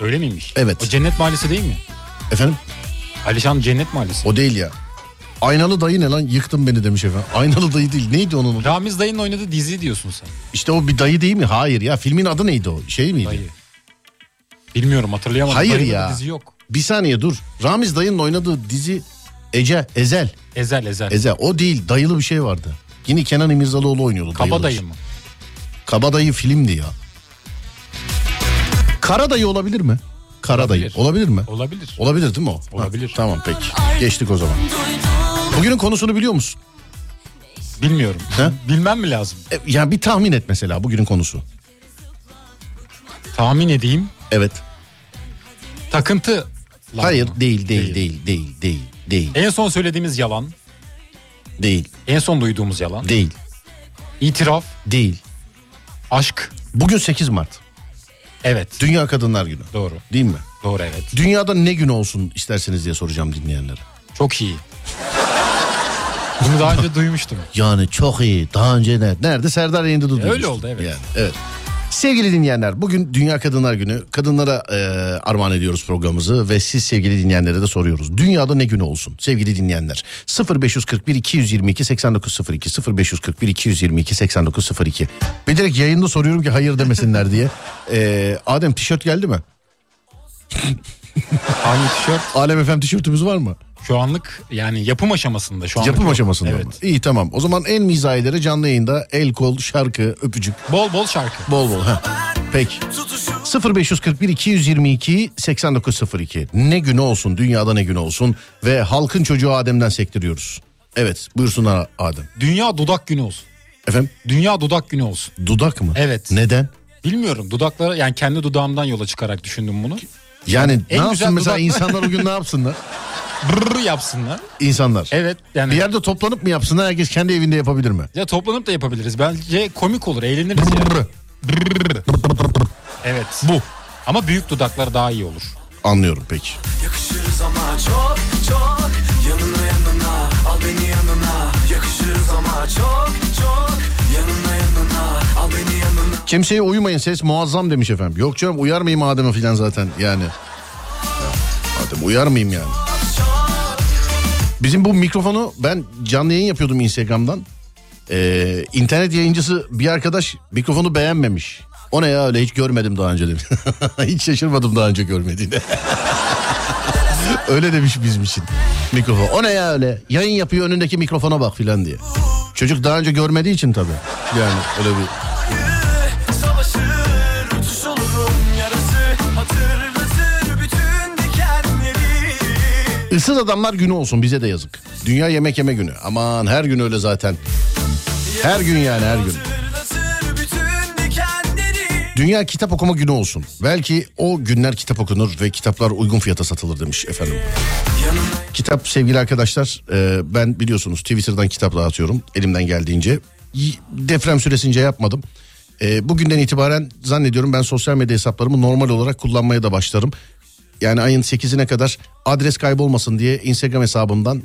[SPEAKER 3] Öyle miymiş?
[SPEAKER 2] Evet.
[SPEAKER 3] O Cennet Mahallesi değil mi?
[SPEAKER 2] Efendim
[SPEAKER 3] Alişan Cennet Mahallesi.
[SPEAKER 2] o değil ya. Aynalı dayı ne lan yıktın beni demiş efendim. Aynalı dayı değil neydi onun? adı?
[SPEAKER 3] Ramiz dayının oynadığı dizi diyorsun sen.
[SPEAKER 2] İşte o bir dayı değil mi? Hayır ya filmin adı neydi o? Şey miydi?
[SPEAKER 3] Dayı. Bilmiyorum hatırlayamadım.
[SPEAKER 2] Hayır
[SPEAKER 3] Dayı'da
[SPEAKER 2] ya.
[SPEAKER 3] Dizi yok.
[SPEAKER 2] Bir saniye dur. Ramiz dayının oynadığı dizi Ece, Ezel.
[SPEAKER 3] Ezel ezel.
[SPEAKER 2] Ezel o değil dayılı bir şey vardı. Yine Kenan İmirzalıoğlu oynuyordu. dayılı. şey.
[SPEAKER 3] Kaba dayı mı?
[SPEAKER 2] Kabadayı filmdi ya. Karadayı olabilir mi? Karadayı olabilir,
[SPEAKER 3] Olabilir.
[SPEAKER 2] mi?
[SPEAKER 3] Olabilir.
[SPEAKER 2] Olabilir değil mi o? Ha,
[SPEAKER 3] Olabilir.
[SPEAKER 2] tamam peki. Geçtik o zaman.
[SPEAKER 6] Duydum
[SPEAKER 2] Bugünün konusunu biliyor musun?
[SPEAKER 3] Bilmiyorum.
[SPEAKER 2] He?
[SPEAKER 3] Bilmem mi lazım?
[SPEAKER 2] E, yani bir tahmin et mesela bugünün konusu. E-
[SPEAKER 3] Tahmin edeyim.
[SPEAKER 2] Evet.
[SPEAKER 3] Takıntı.
[SPEAKER 2] Hayır değil değil değil değil değil değil
[SPEAKER 3] En son söylediğimiz yalan.
[SPEAKER 2] değil
[SPEAKER 3] En son duyduğumuz yalan.
[SPEAKER 2] değil
[SPEAKER 3] İtiraf.
[SPEAKER 2] değil.
[SPEAKER 3] Aşk.
[SPEAKER 2] Bugün 8 Mart.
[SPEAKER 3] Evet.
[SPEAKER 2] Dünya Kadınlar Günü.
[SPEAKER 3] Doğru.
[SPEAKER 2] Değil mi?
[SPEAKER 3] Doğru evet.
[SPEAKER 2] Dünyada ne gün olsun isterseniz diye soracağım dinleyenlere.
[SPEAKER 3] Çok iyi. Bunu daha önce duymuştum.
[SPEAKER 2] Yani çok iyi. Daha önce ne? Nerede? Serdar yayında duydum.
[SPEAKER 3] E, öyle oldu, evet.
[SPEAKER 2] evet. Sevgili dinleyenler bugün Dünya Kadınlar Günü. Kadınlara e, armağan ediyoruz programımızı ve siz sevgili dinleyenlere de soruyoruz. Dünyada ne günü olsun sevgili dinleyenler? 0541 222 8902 0541 222 8902 Bir direkt yayında soruyorum ki hayır demesinler diye. E, Adem tişört geldi mi?
[SPEAKER 3] Hangi tişört?
[SPEAKER 2] Alem FM tişörtümüz var mı?
[SPEAKER 3] Şu anlık yani yapım aşamasında şu an.
[SPEAKER 2] Yapım aşamasında
[SPEAKER 3] Evet.
[SPEAKER 2] mı? İyi tamam. O zaman en mizahileri canlı yayında el kol, şarkı, öpücük,
[SPEAKER 3] Bol bol şarkı.
[SPEAKER 2] bol bol. Heh. Peki. 0541 222 8902. Ne günü olsun dünyada ne günü olsun ve halkın çocuğu Adem'den sektiriyoruz. Evet buyursunlar Adem.
[SPEAKER 3] Dünya dudak günü olsun.
[SPEAKER 2] Efendim
[SPEAKER 3] Dünya dudak günü olsun.
[SPEAKER 2] dudak mı?
[SPEAKER 3] Evet.
[SPEAKER 2] Neden?
[SPEAKER 3] Bilmiyorum dudaklara yani kendi dudağımdan yola çıkarak düşündüm bunu.
[SPEAKER 2] Yani ne
[SPEAKER 3] En
[SPEAKER 2] yapsın
[SPEAKER 3] güzel
[SPEAKER 2] mesela
[SPEAKER 3] dudak-
[SPEAKER 2] insanlar o gün ne yapsınlar?
[SPEAKER 3] Brrr yapsınlar.
[SPEAKER 2] İnsanlar.
[SPEAKER 3] Evet yani
[SPEAKER 2] Bir yerde toplanıp mı yapsınlar herkes kendi evinde yapabilir mi?
[SPEAKER 3] ya toplanıp da yapabiliriz. Bence komik olur eğleniriz ya.
[SPEAKER 2] Brr.
[SPEAKER 3] Evet. Bu. Ama büyük dudaklar daha iyi olur.
[SPEAKER 2] Anlıyorum peki.
[SPEAKER 1] Yakışırız ama çok çok Yanına yanına al beni yanına Yakışırız ama çok çok Yanına yanına al beni yanına
[SPEAKER 2] Kimseye uymayın ses muazzam demiş efendim. Yok canım uyarmayayım Adem'e filan zaten yani. Adem uyarmayayım yani. Bizim bu mikrofonu ben canlı yayın yapıyordum Instagram'dan. Ee, internet yayıncısı bir arkadaş mikrofonu beğenmemiş. O ne ya öyle hiç görmedim daha önce demiş. <laughs> hiç şaşırmadım daha önce görmediğine. <laughs> öyle demiş bizim için mikrofon. O ne ya öyle yayın yapıyor önündeki mikrofona bak filan diye. Çocuk daha önce görmediği için tabii. Yani öyle bir
[SPEAKER 1] Savaşır uçuş olurum yarası Hatırlatır bütün dikenleri
[SPEAKER 2] Issız adamlar günü olsun bize de yazık. Dünya yemek yeme günü. Aman her gün öyle zaten. Her gün yani her gün.
[SPEAKER 1] Hatırlatır bütün dikenleri
[SPEAKER 2] Dünya kitap okuma günü olsun. Belki o günler kitap okunur ve kitaplar uygun fiyata satılır demiş efendim. Kitap sevgili arkadaşlar e, ben biliyorsunuz Twitter'dan kitap dağıtıyorum elimden geldiğince. Y- Deprem süresince yapmadım. E, bugünden itibaren zannediyorum ben sosyal medya hesaplarımı normal olarak kullanmaya da başlarım. Yani ayın 8'ine kadar adres kaybolmasın diye Instagram hesabımdan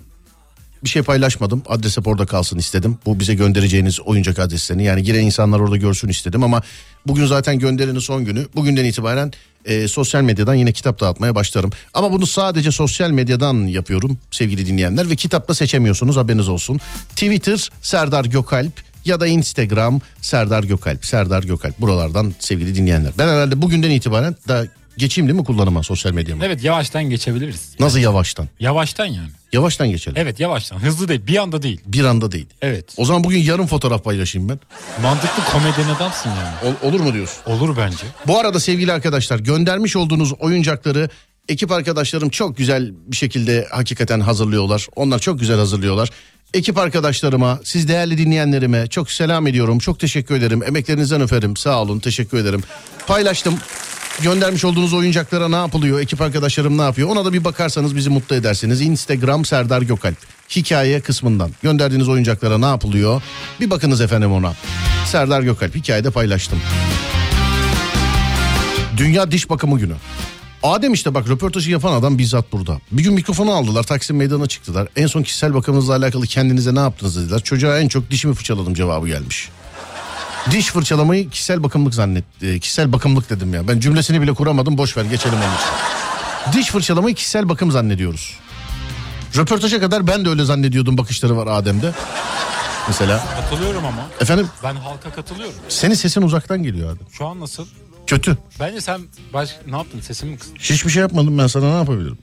[SPEAKER 2] bir şey paylaşmadım. Adres hep orada kalsın istedim. Bu bize göndereceğiniz oyuncak adreslerini yani giren insanlar orada görsün istedim ama bugün zaten gönderinin son günü. Bugünden itibaren e, sosyal medyadan yine kitap dağıtmaya başlarım. Ama bunu sadece sosyal medyadan yapıyorum sevgili dinleyenler ve kitapla seçemiyorsunuz haberiniz olsun. Twitter Serdar Gökalp ya da Instagram Serdar Gökalp. Serdar Gökalp buralardan sevgili dinleyenler. Ben herhalde bugünden itibaren da geçeyim değil mi kullanıma sosyal medyamı?
[SPEAKER 3] Evet yavaştan geçebiliriz.
[SPEAKER 2] Nasıl yavaştan?
[SPEAKER 3] Yavaştan yani.
[SPEAKER 2] Yavaştan geçelim.
[SPEAKER 3] Evet yavaştan. Hızlı değil. Bir anda değil.
[SPEAKER 2] Bir anda değil.
[SPEAKER 3] Evet.
[SPEAKER 2] O zaman bugün yarım fotoğraf paylaşayım ben.
[SPEAKER 3] Mantıklı komedyen adamsın yani.
[SPEAKER 2] Ol- olur mu diyorsun?
[SPEAKER 3] Olur bence.
[SPEAKER 2] Bu arada sevgili arkadaşlar göndermiş olduğunuz oyuncakları ekip arkadaşlarım çok güzel bir şekilde hakikaten hazırlıyorlar. Onlar çok güzel hazırlıyorlar. Ekip arkadaşlarıma, siz değerli dinleyenlerime çok selam ediyorum. Çok teşekkür ederim. Emeklerinizden öferim. Sağ olun. Teşekkür ederim. Paylaştım. Göndermiş olduğunuz oyuncaklara ne yapılıyor? Ekip arkadaşlarım ne yapıyor? Ona da bir bakarsanız bizi mutlu edersiniz. Instagram Serdar Gökalp. Hikaye kısmından. Gönderdiğiniz oyuncaklara ne yapılıyor? Bir bakınız efendim ona. Serdar Gökalp hikayede paylaştım. Dünya Diş Bakımı Günü. Adem işte bak röportajı yapan adam bizzat burada. Bir gün mikrofonu aldılar Taksim Meydanı'na çıktılar. En son kişisel bakımınızla alakalı kendinize ne yaptınız dediler. Çocuğa en çok dişimi fırçaladım cevabı gelmiş. Diş fırçalamayı kişisel bakımlık zannet, e, kişisel bakımlık dedim ya. Ben cümlesini bile kuramadım boş ver geçelim onun için. Diş fırçalamayı kişisel bakım zannediyoruz. Röportaja kadar ben de öyle zannediyordum bakışları var Adem'de. Mesela
[SPEAKER 3] Katılıyorum ama.
[SPEAKER 2] efendim
[SPEAKER 3] Ben halka katılıyorum.
[SPEAKER 2] senin sesin uzaktan geliyor Adem.
[SPEAKER 3] Şu an nasıl?
[SPEAKER 2] Kötü.
[SPEAKER 3] Bence sen baş... ne yaptın? Sesimi mi kıstın?
[SPEAKER 2] Hiçbir şey yapmadım ben sana ne yapabilirim?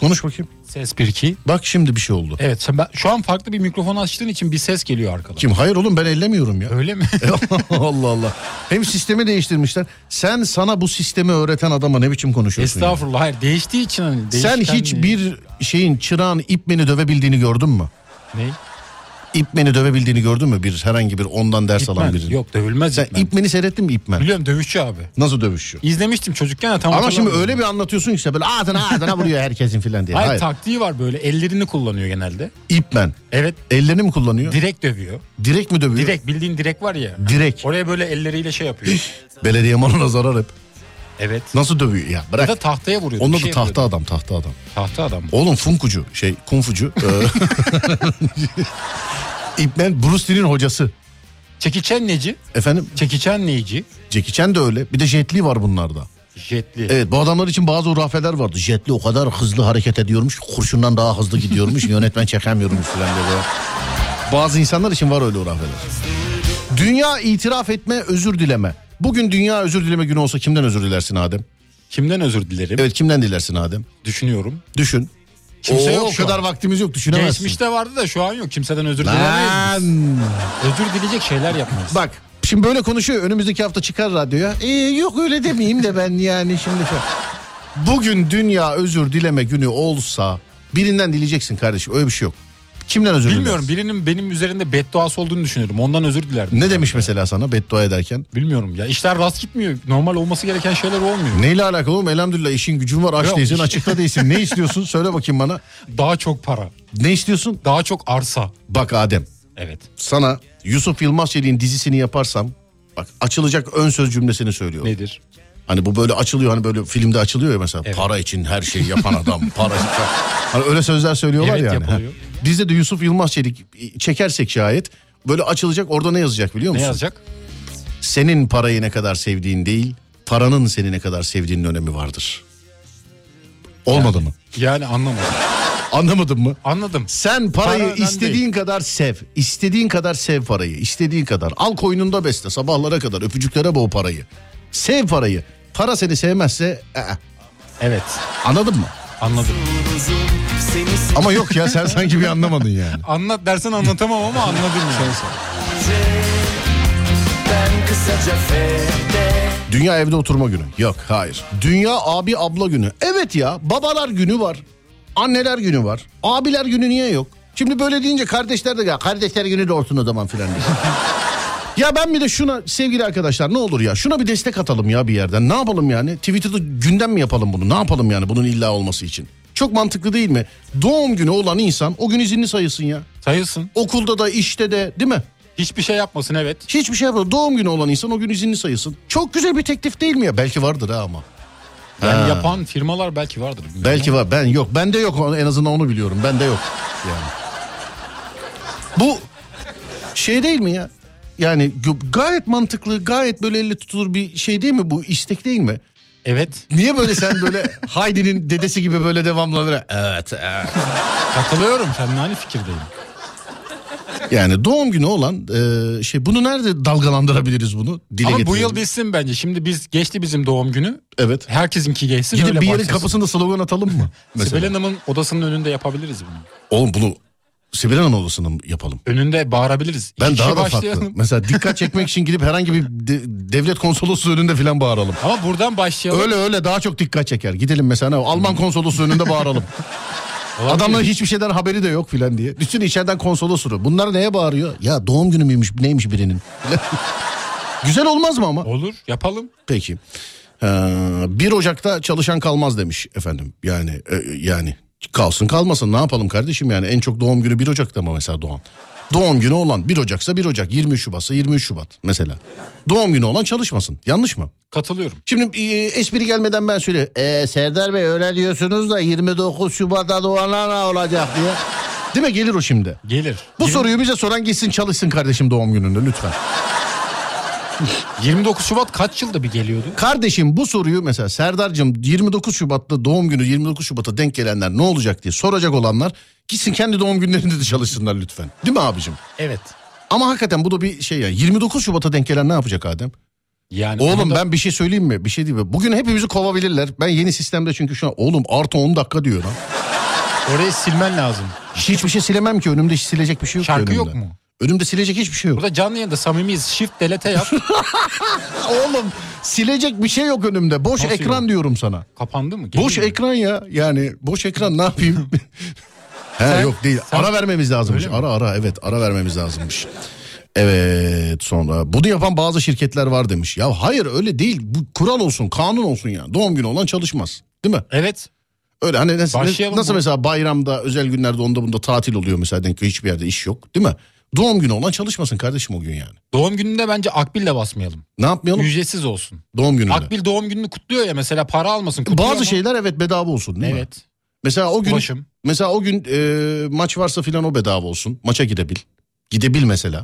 [SPEAKER 2] Konuş bakayım.
[SPEAKER 3] Ses 1-2.
[SPEAKER 2] Bak şimdi bir şey oldu.
[SPEAKER 3] Evet sen ben... şu an farklı bir mikrofon açtığın için bir ses geliyor arkadan.
[SPEAKER 2] Kim? Hayır oğlum ben ellemiyorum ya.
[SPEAKER 3] Öyle <laughs> mi?
[SPEAKER 2] <laughs> Allah Allah. Hem sistemi değiştirmişler. Sen sana bu sistemi öğreten adama ne biçim konuşuyorsun? ya?
[SPEAKER 3] Estağfurullah. Hayır değiştiği için hani.
[SPEAKER 2] Sen
[SPEAKER 3] değişken-
[SPEAKER 2] hiçbir şeyin çırağın ipmeni dövebildiğini gördün mü?
[SPEAKER 3] Ne?
[SPEAKER 2] İpmeni dövebildiğini gördün mü? Bir herhangi bir ondan ders alan
[SPEAKER 3] İpmen.
[SPEAKER 2] birinin.
[SPEAKER 3] Yok dövülmez
[SPEAKER 2] Sen
[SPEAKER 3] İpmen.
[SPEAKER 2] ipmeni seyrettin mi ipmen?
[SPEAKER 3] Biliyorum dövüşçü abi.
[SPEAKER 2] Nasıl dövüşüyor?
[SPEAKER 3] İzlemiştim çocukken de tam
[SPEAKER 2] Ama şimdi
[SPEAKER 3] hatırlamıyorum.
[SPEAKER 2] öyle bir anlatıyorsun ki işte böyle ağzına ağzına vuruyor herkesin filan diye.
[SPEAKER 3] Hayır,
[SPEAKER 2] Hayır.
[SPEAKER 3] taktiği var böyle ellerini kullanıyor genelde.
[SPEAKER 2] İpmen.
[SPEAKER 3] Evet
[SPEAKER 2] Ellerini mi kullanıyor?
[SPEAKER 3] direkt dövüyor.
[SPEAKER 2] Direkt mi dövüyor?
[SPEAKER 3] Direkt bildiğin direkt var ya.
[SPEAKER 2] Direkt.
[SPEAKER 3] Oraya böyle elleriyle
[SPEAKER 2] <laughs>
[SPEAKER 3] şey yapıyor.
[SPEAKER 2] Belediye malına zarar hep.
[SPEAKER 3] evet.
[SPEAKER 2] Nasıl dövüyor ya?
[SPEAKER 3] Ya da
[SPEAKER 2] Bırak.
[SPEAKER 3] tahtaya vuruyor.
[SPEAKER 2] Onun
[SPEAKER 3] bir
[SPEAKER 2] adı
[SPEAKER 3] şey
[SPEAKER 2] tahta
[SPEAKER 3] yapıyordu.
[SPEAKER 2] adam tahta adam.
[SPEAKER 3] Tahta adam.
[SPEAKER 2] Oğlum funkucu şey kunfucu. <laughs> Ee, İpmen Bruce Lee'nin hocası.
[SPEAKER 3] Çekiçen neci?
[SPEAKER 2] Efendim
[SPEAKER 3] Çekiçen neyici?
[SPEAKER 2] Jackie Chan de öyle. Bir de Jet Li var bunlarda.
[SPEAKER 3] Jetli.
[SPEAKER 2] Evet bu adamlar için bazı hurafeler vardı. Jet Li o kadar hızlı hareket ediyormuş. ki Kurşundan daha hızlı gidiyormuş. yönetmen çekemiyormuş falan diye. böyle. Bazı insanlar için var öyle hurafeler. Dünya itiraf etme özür dileme. Bugün dünya özür dileme günü olsa kimden özür dilersin Adem?
[SPEAKER 3] Kimden özür dilerim?
[SPEAKER 2] Evet kimden dilersin Adem?
[SPEAKER 3] Düşünüyorum.
[SPEAKER 2] Düşün. Kimse
[SPEAKER 3] Kimse yok
[SPEAKER 2] o
[SPEAKER 3] şu
[SPEAKER 2] kadar
[SPEAKER 3] an.
[SPEAKER 2] vaktimiz yok düşünemezsin.
[SPEAKER 3] Geçmişte vardı da şu an yok. Kimseden özür dilemeyiz.
[SPEAKER 2] Lan.
[SPEAKER 3] biz. Özür dileyecek şeyler yapmayız.
[SPEAKER 2] Bak şimdi böyle konuşuyor önümüzdeki hafta çıkar radyoya. Ee, yok öyle demeyeyim de ben yani şimdi. şu- Bugün dünya özür dileme günü olsa birinden dileyeceksin kardeşim öyle bir şey yok. Kimden özür
[SPEAKER 3] Bilmiyorum
[SPEAKER 2] dilersin?
[SPEAKER 3] birinin benim üzerinde bedduası olduğunu düşünüyorum. Ondan özür dilerdim.
[SPEAKER 2] Ne demiş mesela sana beddua ederken?
[SPEAKER 3] Bilmiyorum ya işler rast gitmiyor. Normal olması gereken şeyler olmuyor.
[SPEAKER 2] Neyle alakalı oğlum elhamdülillah işin gücün var aç
[SPEAKER 3] Yok,
[SPEAKER 2] değilsin
[SPEAKER 3] iş-
[SPEAKER 2] açıkta değilsin. Ne istiyorsun söyle bakayım bana.
[SPEAKER 3] Daha çok para,
[SPEAKER 2] Ne istiyorsun?
[SPEAKER 3] daha çok arsa.
[SPEAKER 2] Bak Adem
[SPEAKER 3] Evet.
[SPEAKER 2] sana Yusuf Yılmaz Çelik'in dizisini yaparsam bak açılacak ön söz cümlesini söylüyorum.
[SPEAKER 3] Nedir?
[SPEAKER 2] Hani bu böyle açılıyor hani böyle filmde açılıyor ya mesela para için her şeyi yapan
[SPEAKER 3] <laughs>
[SPEAKER 2] adam para için. Hani öyle sözler söylüyorlar
[SPEAKER 3] Evet,
[SPEAKER 2] yani.
[SPEAKER 3] yapılıyor.
[SPEAKER 2] Heh. Bizde de Yusuf Yılmaz Çelik çekersek şayet böyle açılacak orada ne yazacak biliyor
[SPEAKER 3] Ne
[SPEAKER 2] musun?
[SPEAKER 3] yazacak?
[SPEAKER 2] Senin parayı ne kadar sevdiğin değil paranın seni ne kadar sevdiğinin önemi vardır. Olmadı mı?
[SPEAKER 3] Yani anlamadım.
[SPEAKER 2] Anlamadın mı?
[SPEAKER 3] Anladım.
[SPEAKER 2] Sen
[SPEAKER 3] Para
[SPEAKER 2] parayı
[SPEAKER 3] önemli
[SPEAKER 2] istediğin
[SPEAKER 3] değil.
[SPEAKER 2] kadar sev. istediğin kadar sev parayı. istediğin kadar. Al koynunda besle sabahlara kadar. Öpücüklere boğ parayı. Sev parayı. Para seni sevmezse ı-ı.
[SPEAKER 3] Evet.
[SPEAKER 2] anladın mı?
[SPEAKER 3] Anladım.
[SPEAKER 1] Seni
[SPEAKER 2] Ama yok ya sen sanki bir anlamadın yani.
[SPEAKER 3] Anlat dersen anlatamam ama anladım yani.
[SPEAKER 1] sadece ben kısaca fede
[SPEAKER 2] Dünya evde oturma günü. Yok hayır. Dünya abi abla günü. Evet ya babalar günü var. Anneler günü var. Abiler günü niye yok? Şimdi böyle deyince kardeşler de ya kardeşler günü de olsun o zaman filan diyor. <laughs> Ya ben bir de şuna sevgili arkadaşlar ne olur ya şuna bir destek atalım ya bir yerden. Ne yapalım yani? Twitter'da gündem mi yapalım bunu? Ne yapalım yani bunun illa olması için? Çok mantıklı değil mi? Doğum günü olan insan o gün izinli sayılsın ya.
[SPEAKER 3] Sayılsın.
[SPEAKER 2] Okulda da işte de değil mi?
[SPEAKER 3] Hiçbir şey yapmasın evet.
[SPEAKER 2] Hiçbir şey yapmadı. Doğum günü olan insan o gün izinli sayılsın. Çok güzel bir teklif değil mi ya? Belki vardır ha ama.
[SPEAKER 3] Yani
[SPEAKER 2] Ha.
[SPEAKER 3] yapan firmalar belki vardır. bilmiyorum
[SPEAKER 2] Belki var. Ben yok. Bende yok. En azından onu biliyorum. Bende yok. Yani. Bu şey değil mi ya? Yani gö- gayet mantıklı, gayet böyle elle tutulur bir şey değil mi bu? İstek değil mi?
[SPEAKER 3] ama. Evet.
[SPEAKER 2] Niye böyle sen böyle
[SPEAKER 3] <laughs>
[SPEAKER 2] Haydi'nin dedesi gibi böyle devamlı böyle, Evet, evet.
[SPEAKER 3] Katılıyorum. Seninle aynı fikirdeyim.
[SPEAKER 2] Yani doğum günü olan e, şey bunu nerede dalgalandırabiliriz bunu? Dile
[SPEAKER 3] ama bu
[SPEAKER 2] getirelim.
[SPEAKER 3] yıl bilsin bence. Şimdi biz geçti bizim doğum günü.
[SPEAKER 2] Evet.
[SPEAKER 3] Herkesinki geçsin.
[SPEAKER 2] Gidip
[SPEAKER 3] öyle
[SPEAKER 2] bir yerin
[SPEAKER 3] başlasın.
[SPEAKER 2] kapısında slogan atalım mı?
[SPEAKER 3] Sibel
[SPEAKER 2] Mesela.
[SPEAKER 3] Hanım'ın odasının önünde yapabiliriz bunu.
[SPEAKER 2] Oğlum bunu Sibel Hanım odasına mı yapalım?
[SPEAKER 3] Önünde bağırabiliriz. İki
[SPEAKER 2] Ben
[SPEAKER 3] kişi
[SPEAKER 2] daha da farklı.
[SPEAKER 3] başlayalım.
[SPEAKER 2] Mesela dikkat çekmek için gidip herhangi bir de- devlet konsolosluğu önünde falan bağıralım.
[SPEAKER 3] Ama buradan başlayalım.
[SPEAKER 2] Öyle öyle daha çok dikkat çeker. Gidelim mesela Alman konsolosluğu önünde bağıralım. Adamların hiçbir şeyden haberi de yok filan diye. Bütün içeriden konsolosluğu. Bunlar neye bağırıyor? Ya doğum günü müymüş neymiş birinin. <laughs> Güzel olmaz mı ama?
[SPEAKER 3] Olur yapalım.
[SPEAKER 2] Peki. Ee, 1 Ocak'ta çalışan kalmaz demiş efendim. Yani e, yani kalsın kalmasın ne yapalım kardeşim yani en çok doğum günü 1 Ocak'ta mı mesela doğan? Doğum günü olan 1 Ocak'sa 1 Ocak, 23 Şubat'sa 23 Şubat mesela. Doğum günü olan çalışmasın. Yanlış mı?
[SPEAKER 3] Katılıyorum.
[SPEAKER 2] Şimdi e, espri gelmeden ben söyleyeyim. Ee, Serdar Bey öyle diyorsunuz da 29 Şubat'ta doğanlar ne olacak diye. Değil mi gelir o şimdi?
[SPEAKER 3] Gelir.
[SPEAKER 2] Bu
[SPEAKER 3] Yirmi-
[SPEAKER 2] soruyu bize soran gitsin çalışsın kardeşim doğum gününde lütfen.
[SPEAKER 3] 29 Şubat kaç yılda bir geliyordu?
[SPEAKER 2] Kardeşim bu soruyu mesela Serdar'cığım 29 Şubat'ta doğum günü 29 Şubat'a denk gelenler ne olacak diye soracak olanlar gitsin kendi doğum günlerinde de çalışsınlar lütfen. Değil mi abicim?
[SPEAKER 3] Evet.
[SPEAKER 2] Ama hakikaten bu da bir şey ya. 29 Şubat'a denk gelen ne yapacak Adem?
[SPEAKER 3] Yani
[SPEAKER 2] Oğlum
[SPEAKER 3] onu da-
[SPEAKER 2] ben bir şey söyleyeyim mi? Bir şey değil mi? Bugün hepimizi kovabilirler. Ben yeni sistemde çünkü şu an oğlum artı 10 dakika diyor lan.
[SPEAKER 3] orayı silmen lazım.
[SPEAKER 2] Hiçbir şey silemem ki önümde hiç silecek bir şey yok. ki
[SPEAKER 3] Şarkı yok
[SPEAKER 2] önümde.
[SPEAKER 3] mu?
[SPEAKER 2] Önümde silecek hiçbir şey yok.
[SPEAKER 3] Burada canlı yayında samimiyiz. Shift
[SPEAKER 2] <laughs>
[SPEAKER 3] delete yap.
[SPEAKER 2] Oğlum silecek bir şey yok önümde. Boş
[SPEAKER 3] Nasıl
[SPEAKER 2] ekran
[SPEAKER 3] yok?
[SPEAKER 2] diyorum sana.
[SPEAKER 3] Kapandı mı? Gelir
[SPEAKER 2] Boş
[SPEAKER 3] mi?
[SPEAKER 2] ekran ya. Yani boş ekran ne yapayım?
[SPEAKER 3] <laughs>
[SPEAKER 2] He yok değil. Ara vermemiz lazımmış. Ara ara evet ara vermemiz lazımmış. Evet sonra bunu yapan bazı şirketler var demiş. Ya hayır öyle değil. Bu kural olsun, kanun olsun yani. Doğum günü olan çalışmaz. Değil mi?
[SPEAKER 3] Evet.
[SPEAKER 2] Öyle hani nasıl,
[SPEAKER 3] Başlayalım
[SPEAKER 2] nasıl
[SPEAKER 3] bu-
[SPEAKER 2] mesela bayramda, özel günlerde onda bunda tatil oluyor mesela denk geliyor, hiçbir yerde iş yok, değil mi? Doğum günü olan çalışmasın kardeşim o gün yani.
[SPEAKER 3] Doğum gününde bence Akbil'le basmayalım.
[SPEAKER 2] Ne yapmayalım?
[SPEAKER 3] Ücretsiz olsun.
[SPEAKER 2] Doğum gününde.
[SPEAKER 3] Akbil doğum gününü kutluyor ya mesela para almasın. kutluyor
[SPEAKER 2] Bazı şey-
[SPEAKER 3] ama-
[SPEAKER 2] şeyler evet bedava olsun değil mi?
[SPEAKER 3] Evet.
[SPEAKER 2] Mesela o gün
[SPEAKER 3] Ulaşım.
[SPEAKER 2] Mesela o gün e, maç varsa filan o bedava olsun. Maça gidebil. Gidebil mesela.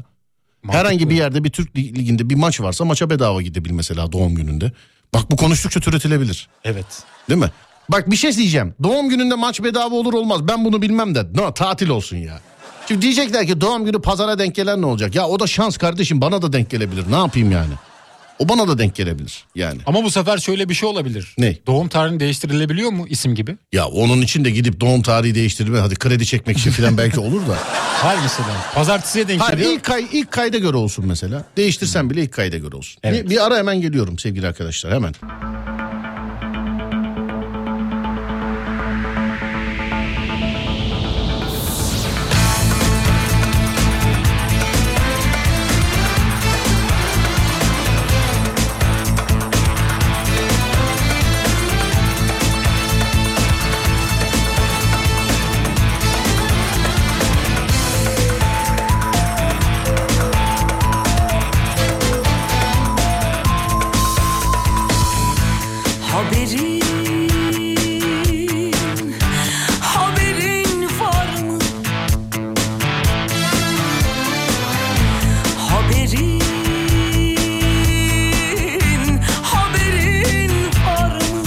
[SPEAKER 3] Mantıklı.
[SPEAKER 2] Herhangi bir yerde bir Türk Lig- liginde bir maç varsa maça bedava gidebil mesela doğum gününde. Bak bu konuştukça türetilebilir.
[SPEAKER 3] Evet.
[SPEAKER 2] Değil mi? Bak bir şey diyeceğim. Doğum gününde maç bedava olur olmaz. Ben bunu bilmem de. No, tatil olsun ya. Şimdi diyecekler ki doğum günü pazara denk gelen ne olacak? Ya o da şans kardeşim bana da denk gelebilir. Ne yapayım yani? O bana da denk gelebilir yani.
[SPEAKER 3] Ama bu sefer şöyle bir şey olabilir.
[SPEAKER 2] Ne?
[SPEAKER 3] Doğum tarihini değiştirilebiliyor mu isim gibi?
[SPEAKER 2] Ya onun için de gidip doğum tarihi değiştirme hadi kredi çekmek için falan belki olur da.
[SPEAKER 3] Var mesela. Pazartesiye denk
[SPEAKER 2] Hayır
[SPEAKER 3] geliyor.
[SPEAKER 2] ilk, ay, ilk kayda göre olsun mesela. Değiştirsen bile ilk kayda göre olsun. Bir- Bir, ara hemen geliyorum sevgili arkadaşlar hemen.
[SPEAKER 4] Haberin, haberin var mı? Haberin, haberin var mı?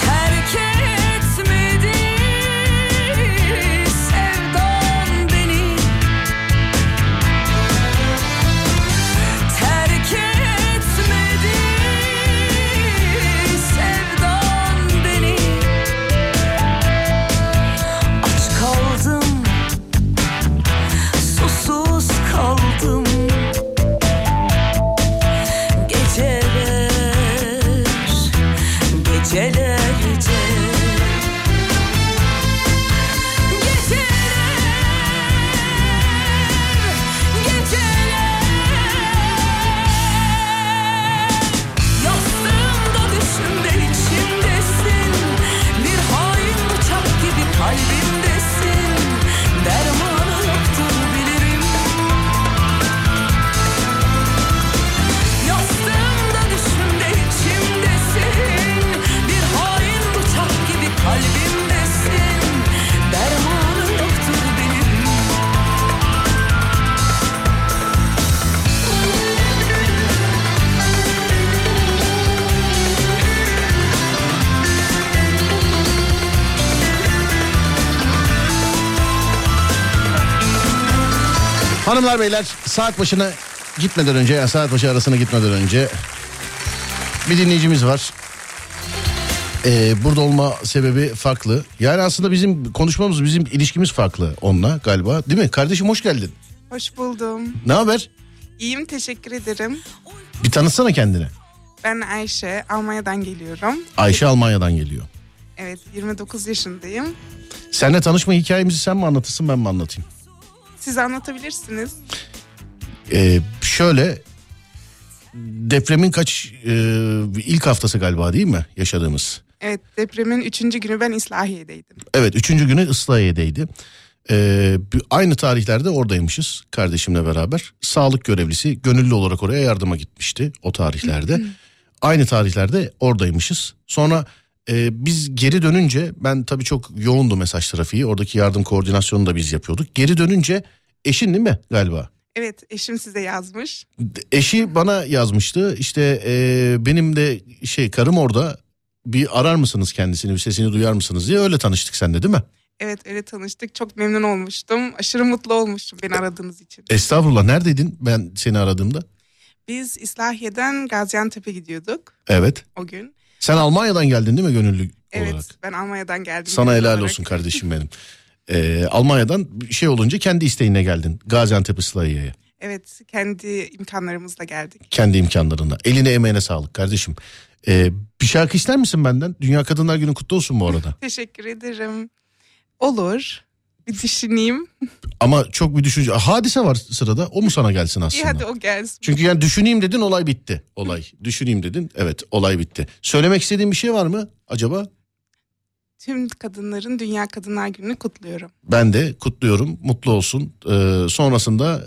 [SPEAKER 4] Terk etmedi sevdan beni Terk etmedi sevdan beni Aç kaldım, susuz kaldım Geceler, gecelerce Geceler, geceler Yastığımda düşümde içimdesin Bir hain bıçak gibi kalbimdesin Dermanı yoktur bilirim Yastığımda düşümde içimdesin Bir hain bıçak gibi kalbimdesin Dermanı yoktur bilirim
[SPEAKER 2] Hanımlar beyler saat başına gitmeden önce yani saat başı arasına gitmeden önce bir dinleyicimiz var. Ee, burada olma sebebi farklı. Yani aslında bizim konuşmamız, bizim ilişkimiz farklı onunla galiba. Değil mi? Kardeşim hoş geldin.
[SPEAKER 7] Hoş buldum.
[SPEAKER 2] Ne haber?
[SPEAKER 7] İyiyim teşekkür ederim.
[SPEAKER 2] Bir tanıtsana kendini.
[SPEAKER 7] Ben Ayşe. Almanya'dan geliyorum.
[SPEAKER 2] Ayşe Almanya'dan geliyor.
[SPEAKER 7] Evet 29 yaşındayım.
[SPEAKER 2] Seninle tanışma hikayemizi sen mi anlatırsın ben mi anlatayım?
[SPEAKER 7] Siz anlatabilirsiniz.
[SPEAKER 2] Ee, şöyle depremin kaç e, ilk haftası galiba değil mi yaşadığımız?
[SPEAKER 7] Evet depremin 3. günü ben İslahiye'deydim.
[SPEAKER 2] Evet üçüncü günü Islahiye'deydi. Ee, bir- aynı tarihlerde oradaymışız kardeşimle beraber. Sağlık görevlisi gönüllü olarak oraya yardıma gitmişti o tarihlerde. aynı tarihlerde oradaymışız. Sonra e, biz geri dönünce ben tabii çok yoğundu mesaj trafiği. Oradaki yardım koordinasyonunu da biz yapıyorduk. Geri dönünce eşin değil mi galiba?
[SPEAKER 7] Evet eşim size yazmış.
[SPEAKER 2] Eşi bana yazmıştı işte e, benim de şey karım orada bir arar mısınız kendisini bir sesini duyar mısınız diye öyle tanıştık seninle değil mi?
[SPEAKER 7] Evet öyle tanıştık. Çok memnun olmuştum. Aşırı mutlu olmuştum beni aradığınız için.
[SPEAKER 2] Estağfurullah neredeydin ben seni aradığımda?
[SPEAKER 7] Biz İslahiye'den Gaziantep'e gidiyorduk
[SPEAKER 2] Evet.
[SPEAKER 7] o gün.
[SPEAKER 2] Sen Almanya'dan geldin değil mi gönüllü
[SPEAKER 7] Evet
[SPEAKER 2] olarak?
[SPEAKER 7] ben Almanya'dan geldim.
[SPEAKER 2] Sana
[SPEAKER 7] Gönüllü
[SPEAKER 2] helal
[SPEAKER 7] olarak.
[SPEAKER 2] olsun kardeşim benim. E, Almanya'dan şey olunca kendi isteğine geldin Gaziantep Islahiye'ye.
[SPEAKER 7] Evet kendi imkanlarımızla geldik.
[SPEAKER 2] Kendi imkanlarına. Eline emeğine sağlık kardeşim. E, bir şarkı ister misin benden? Dünya Kadınlar Günü kutlu olsun bu arada.
[SPEAKER 7] Teşekkür ederim. Olur. Bir düşüneyim.
[SPEAKER 2] Ama çok bir düşünce. Hadise var sırada. O mu sana gelsin aslında?
[SPEAKER 7] İyi hadi o gelsin.
[SPEAKER 2] Çünkü yani düşüneyim dedin olay bitti. Olay. Düşüneyim dedin. Evet olay bitti. Söylemek istediğin bir şey var mı acaba?
[SPEAKER 7] Tüm kadınların Dünya Kadınlar Günü'nü kutluyorum.
[SPEAKER 2] Ben de kutluyorum. Mutlu olsun. Ee, sonrasında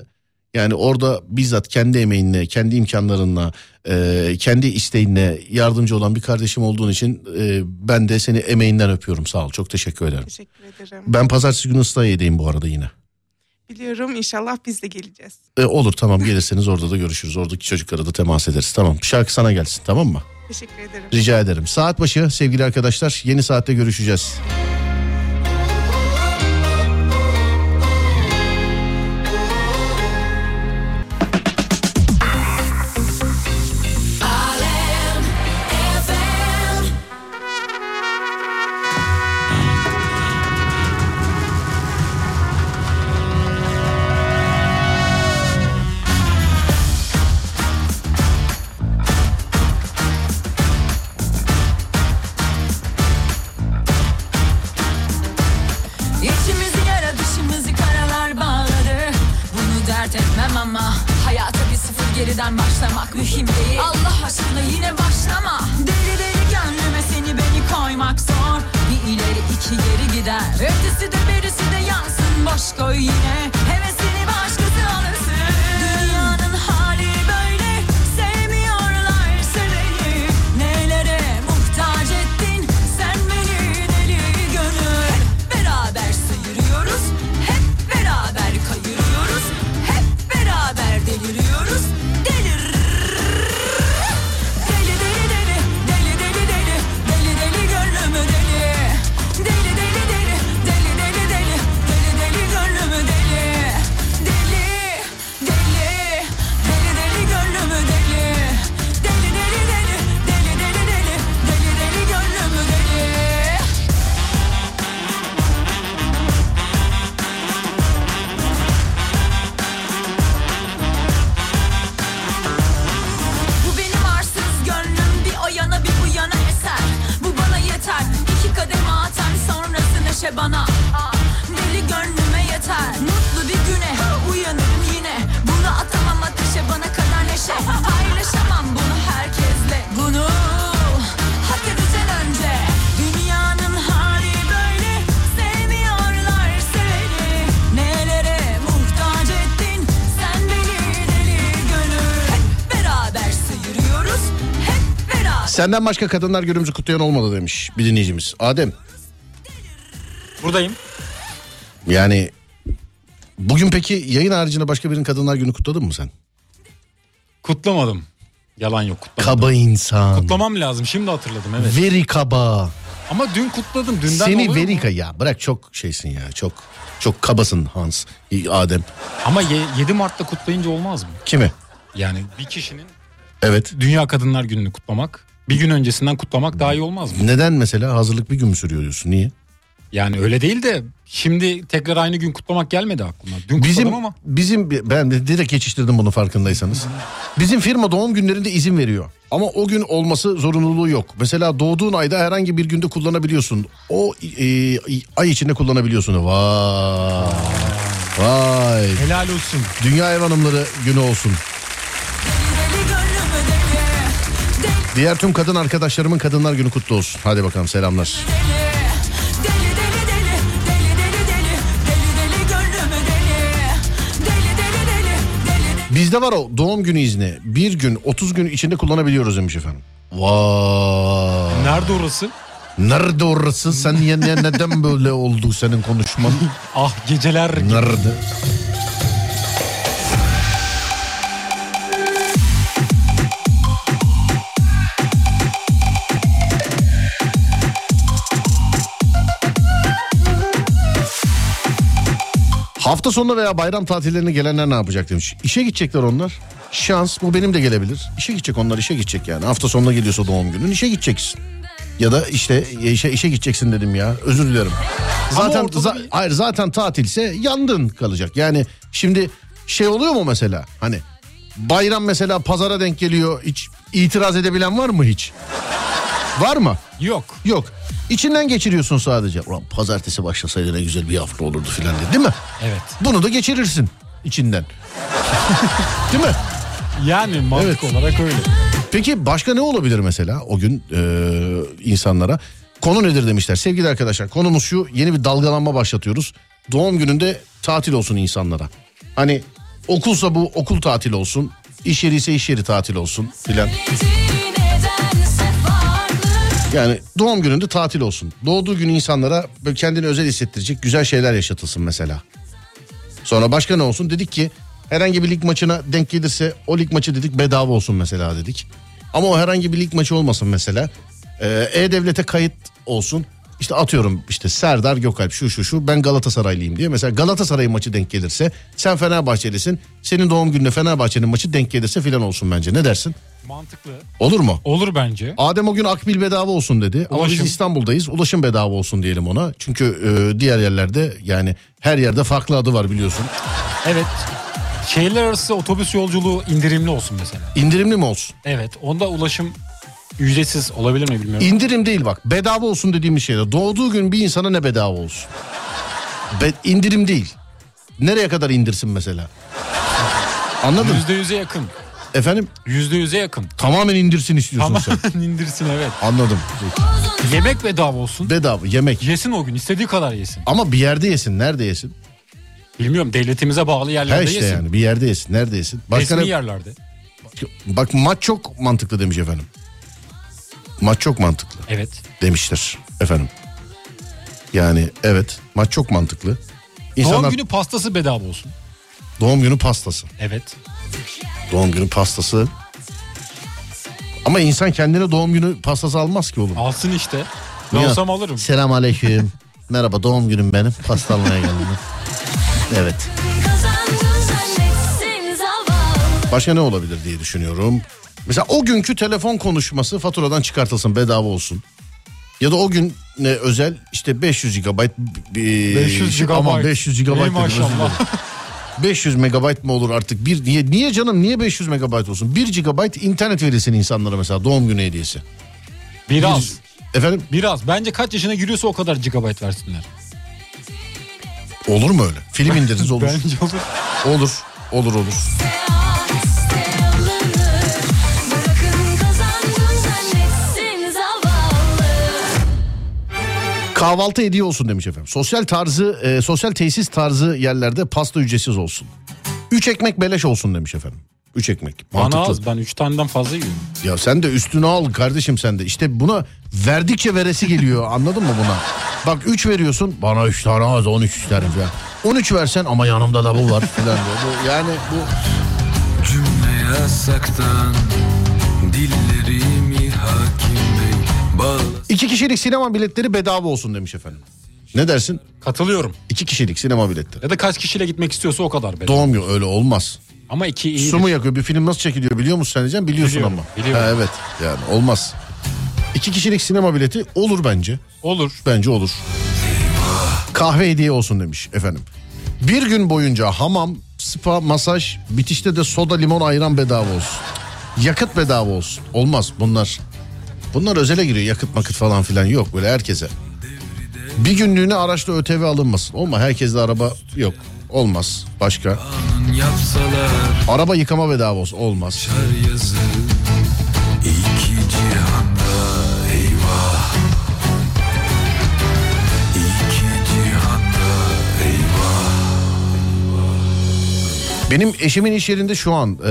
[SPEAKER 2] yani orada bizzat kendi emeğinle, kendi imkanlarınla, e, kendi isteğinle yardımcı olan bir kardeşim olduğun için e, ben de seni emeğinden öpüyorum. Sağ ol. Çok teşekkür ederim.
[SPEAKER 7] Teşekkür ederim.
[SPEAKER 2] Ben pazartesi günü Islahiye'deyim bu arada yine.
[SPEAKER 7] Biliyorum inşallah biz de geleceğiz.
[SPEAKER 2] E, olur tamam gelirseniz orada da görüşürüz. Oradaki çocuklara da temas ederiz. Tamam. Şarkı sana gelsin tamam mı?
[SPEAKER 7] Teşekkür ederim.
[SPEAKER 2] Rica ederim. Saat başı sevgili arkadaşlar yeni saatte görüşeceğiz.
[SPEAKER 8] İçimizi yara dışımızı karalar bağladı Bunu dert etmem ama Hayata bir sıfır geriden başlamak mühim değil Allah aşkına yine başlama Deli deli gönlüme seni beni koymak zor Bir ileri iki geri gider Ötesi de berisi de yansın boş koy yine Hevesini başkası alırsın Dünyanın hali böyle Sevmiyorlar seni Nelere muhtaç ettin sen beni deli gönül Hep beraber sıyırıyoruz Hep beraber kayırıyoruz Hep beraber deliriyoruz Delir Deli deli deli Deli deli deli Deli deli gönlümü deli Deli deli deli Deli deli deli Deli deli gönlümü deli Deli Deli Deli deli gönlümü deli Deli deli deli Deli deli deli Deli deli gönlümü deli Bu benim arsız gönlüm bir o yana bir bu yana eser Bu bana yeter iki kadem atar sonrası neşe bana Aa, Deli gönlüme yeter mutlu bir güne uyanırım yine Bunu atamam ateşe bana kadar neşe Paylaşamam bunu herkesle Bunu hak edeceksin önce Dünyanın hali böyle sevmiyorlar seni Nelere muhtaç ettin sen beni deli gönül Hep beraber sıyırıyoruz hep beraber
[SPEAKER 2] Senden başka kadınlar günümüzü kutlayan olmadı demiş bir dinleyicimiz. Adem
[SPEAKER 3] Buradayım.
[SPEAKER 2] yani bugün peki yayın haricinde başka birinin kadınlar günü kutladın mı sen?
[SPEAKER 3] Kutlamadım. Yalan yok kutlamadım.
[SPEAKER 2] Kaba insan.
[SPEAKER 3] Kutlamam lazım şimdi hatırladım evet.
[SPEAKER 2] Veri kaba.
[SPEAKER 3] Ama dün kutladım dünden
[SPEAKER 2] Seni
[SPEAKER 3] oluyor mu?
[SPEAKER 2] veri ka ya bırak çok şeysin ya çok çok kabasın Hans İyi, Adem.
[SPEAKER 3] Ama ye- 7 Mart'ta kutlayınca olmaz mı?
[SPEAKER 2] Kimi?
[SPEAKER 3] Yani bir kişinin
[SPEAKER 2] Evet.
[SPEAKER 3] Dünya Kadınlar Günü'nü kutlamak bir gün öncesinden kutlamak daha iyi olmaz mı?
[SPEAKER 2] Neden mesela hazırlık bir gün mü sürüyor diyorsun niye?
[SPEAKER 3] Yani öyle değil de şimdi tekrar aynı gün kutlamak gelmedi aklıma. Dün
[SPEAKER 2] Bizim
[SPEAKER 3] kutladım ama
[SPEAKER 2] bizim ben de direkt geçiştirdim bunu farkındaysanız. Bizim firma doğum günlerinde izin veriyor. Ama o gün olması zorunluluğu yok. Mesela doğduğun ayda herhangi bir günde kullanabiliyorsun. O e, ay içinde kullanabiliyorsun. Vay. Vay.
[SPEAKER 3] helal olsun.
[SPEAKER 2] Dünya Ev Hanımları günü olsun.
[SPEAKER 8] Deli gönlümü deli
[SPEAKER 2] Diğer tüm kadın arkadaşlarımın kadınlar günü kutlu olsun. Hadi bakalım selamlar.
[SPEAKER 8] Deli deli deli Deli deli deli Deli deli gönlümü deli Deli deli deli Deli deli
[SPEAKER 2] Bizde var o doğum günü izni. Bir gün 30 gün içinde kullanabiliyoruz demiş efendim. Vay.
[SPEAKER 3] Nerede orası?
[SPEAKER 2] Nerede orası sen ya ne- neden böyle oldu senin konuşman?
[SPEAKER 3] Ah geceler.
[SPEAKER 2] Nerede? Hafta sonu veya bayram tatillerine gelenler ne yapacak demiş. İşe gidecekler onlar. Şans bu benim de gelebilir. İşe gidecek onlar işe gidecek yani. Hafta sonuna geliyorsa doğum günün işe gideceksin. Ya da işte işe, işe gideceksin dedim ya. Özür dilerim. Zaten
[SPEAKER 3] ortada
[SPEAKER 2] za-
[SPEAKER 3] bir-
[SPEAKER 2] hayır zaten tatilse yandın kalacak. Yani şimdi şey oluyor mu mesela? Hani bayram mesela pazara denk geliyor. Hiç itiraz edebilen var mı hiç? var mı?
[SPEAKER 3] Yok.
[SPEAKER 2] Yok. İçinden geçiriyorsun sadece. Ulan pazartesi başlasaydı ne güzel bir hafta olurdu filan diye değil mi?
[SPEAKER 3] Evet.
[SPEAKER 2] Bunu da geçirirsin içinden. <laughs> değil mi?
[SPEAKER 3] Yani mantık
[SPEAKER 2] Evet.
[SPEAKER 3] olarak öyle.
[SPEAKER 2] Peki başka ne olabilir mesela o gün e, insanlara? Konu nedir demişler. Sevgili arkadaşlar konumuz şu yeni bir dalgalanma başlatıyoruz. Doğum gününde tatil olsun insanlara. Hani okulsa bu okul tatil olsun. İş yeri ise iş yeri tatil olsun filan.
[SPEAKER 6] Nedense farklı
[SPEAKER 2] Yani doğum gününde tatil olsun. Doğduğu gün insanlara böyle kendini özel hissettirecek güzel şeyler yaşatılsın mesela. Sonra başka ne olsun? Dedik ki herhangi bir lig maçına denk gelirse o lig maçı dedik bedava olsun mesela dedik. Ama o herhangi bir lig maçı olmasın mesela. Ee, E-Devlet'e kayıt olsun. İşte atıyorum işte Serdar Gökalp şu şu şu ben Galatasaraylıyım diye. Mesela Galatasaray maçı denk gelirse sen Fenerbahçelisin. Senin doğum gününe Fenerbahçe'nin maçı denk gelirse filan olsun bence. Ne dersin?
[SPEAKER 3] Mantıklı.
[SPEAKER 2] Olur mu?
[SPEAKER 3] Olur bence.
[SPEAKER 2] Adem o gün akbil bedava olsun dedi. Ama biz
[SPEAKER 3] Ulaşım.
[SPEAKER 2] İstanbul'dayız. Ulaşım bedava olsun diyelim ona. Çünkü e, diğer yerlerde yani her yerde farklı adı var biliyorsun.
[SPEAKER 3] Evet. Şehirler arası otobüs yolculuğu indirimli olsun mesela.
[SPEAKER 2] İndirimli mi olsun?
[SPEAKER 3] Evet. Onda ulaşım ücretsiz olabilir mi bilmiyorum.
[SPEAKER 2] şey İndirim değil bak. Bedava olsun dediğimiz şeyde. Doğduğu gün bir insana ne bedava olsun? Ve indirim değil. Nereye kadar indirsin mesela? Anladın?
[SPEAKER 3] Yüzde yüze yakın.
[SPEAKER 2] Efendim
[SPEAKER 3] Yüzde yüze yakın. <laughs>
[SPEAKER 2] tamamen indirsin istiyorsun
[SPEAKER 3] Ama
[SPEAKER 2] sen.
[SPEAKER 3] indirsin evet.
[SPEAKER 2] Anladım.
[SPEAKER 3] Yemek bedava olsun.
[SPEAKER 2] Bedava yemek.
[SPEAKER 3] Yesin o gün istediği kadar yesin.
[SPEAKER 2] Ama bir yerde yesin. Nerede yesin?
[SPEAKER 3] Bilmiyorum devletimize bağlı
[SPEAKER 2] Ha
[SPEAKER 3] yerlerde
[SPEAKER 2] işte
[SPEAKER 3] yesin.
[SPEAKER 2] yani bir yerde yesin. Nerede yesin? Başka
[SPEAKER 3] Resmi
[SPEAKER 2] ne-
[SPEAKER 3] yerlerde.
[SPEAKER 2] Bak maç çok mantıklı demiş efendim. Maç çok mantıklı
[SPEAKER 3] Evet.
[SPEAKER 2] demiştir efendim. Yani evet maç çok mantıklı. İnsanlar
[SPEAKER 3] Doğum günü pastası bedava olsun.
[SPEAKER 2] doğum günü pastası.
[SPEAKER 3] Evet.
[SPEAKER 2] Doğum günü pastası. Ama insan kendine doğum günü pastası almaz ki oğlum.
[SPEAKER 3] Alsın işte. Ben
[SPEAKER 2] Ya,
[SPEAKER 3] olsam alırım.
[SPEAKER 2] Selam aleyküm. <laughs> Merhaba doğum günüm benim. Pasta almaya geldim. evet.
[SPEAKER 6] Kazandın zannetsin zavallı
[SPEAKER 2] Başka ne olabilir diye düşünüyorum. Mesela o günkü telefon konuşması faturadan çıkartılsın bedava olsun. Ya da o gün ne özel işte 500 GB bir- şey,
[SPEAKER 3] 500 GB.
[SPEAKER 2] aman 500 GB
[SPEAKER 3] Ey
[SPEAKER 2] dedim, özür dilerim.
[SPEAKER 3] maşallah.
[SPEAKER 2] 500 megabayt mı olur artık? Bir niye niye canım niye 500 megabayt olsun? 1 GB internet verilsin insanlara mesela doğum günü hediyesi.
[SPEAKER 3] Biraz.
[SPEAKER 2] Efendim
[SPEAKER 3] Biraz. Bence kaç yaşına giriyorsa o kadar gigabayt versinler.
[SPEAKER 2] olur mu öyle? Film indiririz olur.
[SPEAKER 3] Bence olur.
[SPEAKER 2] olur. Olur olur.
[SPEAKER 8] Ah,
[SPEAKER 6] seans de alınır Bırakın kazandın zannetsin zavallı
[SPEAKER 2] Kahvaltı hediye olsun demiş efendim. Sosyal tarzı, e, sosyal tesis tarzı yerlerde pasta ücretsiz olsun. Üç ekmek beleş olsun demiş efendim. Üç ekmek.
[SPEAKER 3] Bana
[SPEAKER 2] Mantıklı.
[SPEAKER 3] az. Ben 3 taneden fazla yiyorum.
[SPEAKER 2] Ya sen de üstüne al kardeşim sen de. İşte buna verdikçe veresi geliyor <laughs> anladın mı buna? Bak 3 veriyorsun bana 3 tane az 13 isterim ya. 13 versen ama yanımda da bu var filan diyor. Bu, yani bu
[SPEAKER 1] Cümle yasaktan Dillerimi hakim bey bağla
[SPEAKER 2] iki kişilik sinema biletleri bedava olsun demiş efendim. Ne dersin?
[SPEAKER 3] Katılıyorum.
[SPEAKER 2] İki kişilik sinema biletleri.
[SPEAKER 3] Ya da kaç kişiyle gitmek istiyorsa o kadar bedava.
[SPEAKER 2] Doğum günü öyle olmaz.
[SPEAKER 3] Ama iki iyi.
[SPEAKER 2] Su mu yakıyor? Bir film nasıl çekiliyor biliyor musun sen diyeceğim? Biliyorsun
[SPEAKER 3] Biliyorum,
[SPEAKER 2] ama.
[SPEAKER 3] biliyorum.
[SPEAKER 2] Ha, evet yani olmaz. İki kişilik sinema bileti olur bence.
[SPEAKER 3] Olur.
[SPEAKER 2] Bence olur. Kahve hediye olsun demiş efendim. Bir gün boyunca hamam, spa, masaj, bitişte de soda, limon, ayran bedava olsun. Yakıt bedava olsun. Olmaz bunlar. Bunlar özele giriyor yakıt makıt falan filan yok böyle herkese. Bir günlüğüne araçla ÖTV alınmasın. Olma herkeste araba yok. Olmaz. Başka.
[SPEAKER 1] yapsalar
[SPEAKER 2] Araba yıkama bedava olsun. Olmaz.
[SPEAKER 1] her yazı İki cihanda eyvah İki cihanda eyvah
[SPEAKER 2] Benim eşimin iş yerinde şu an e,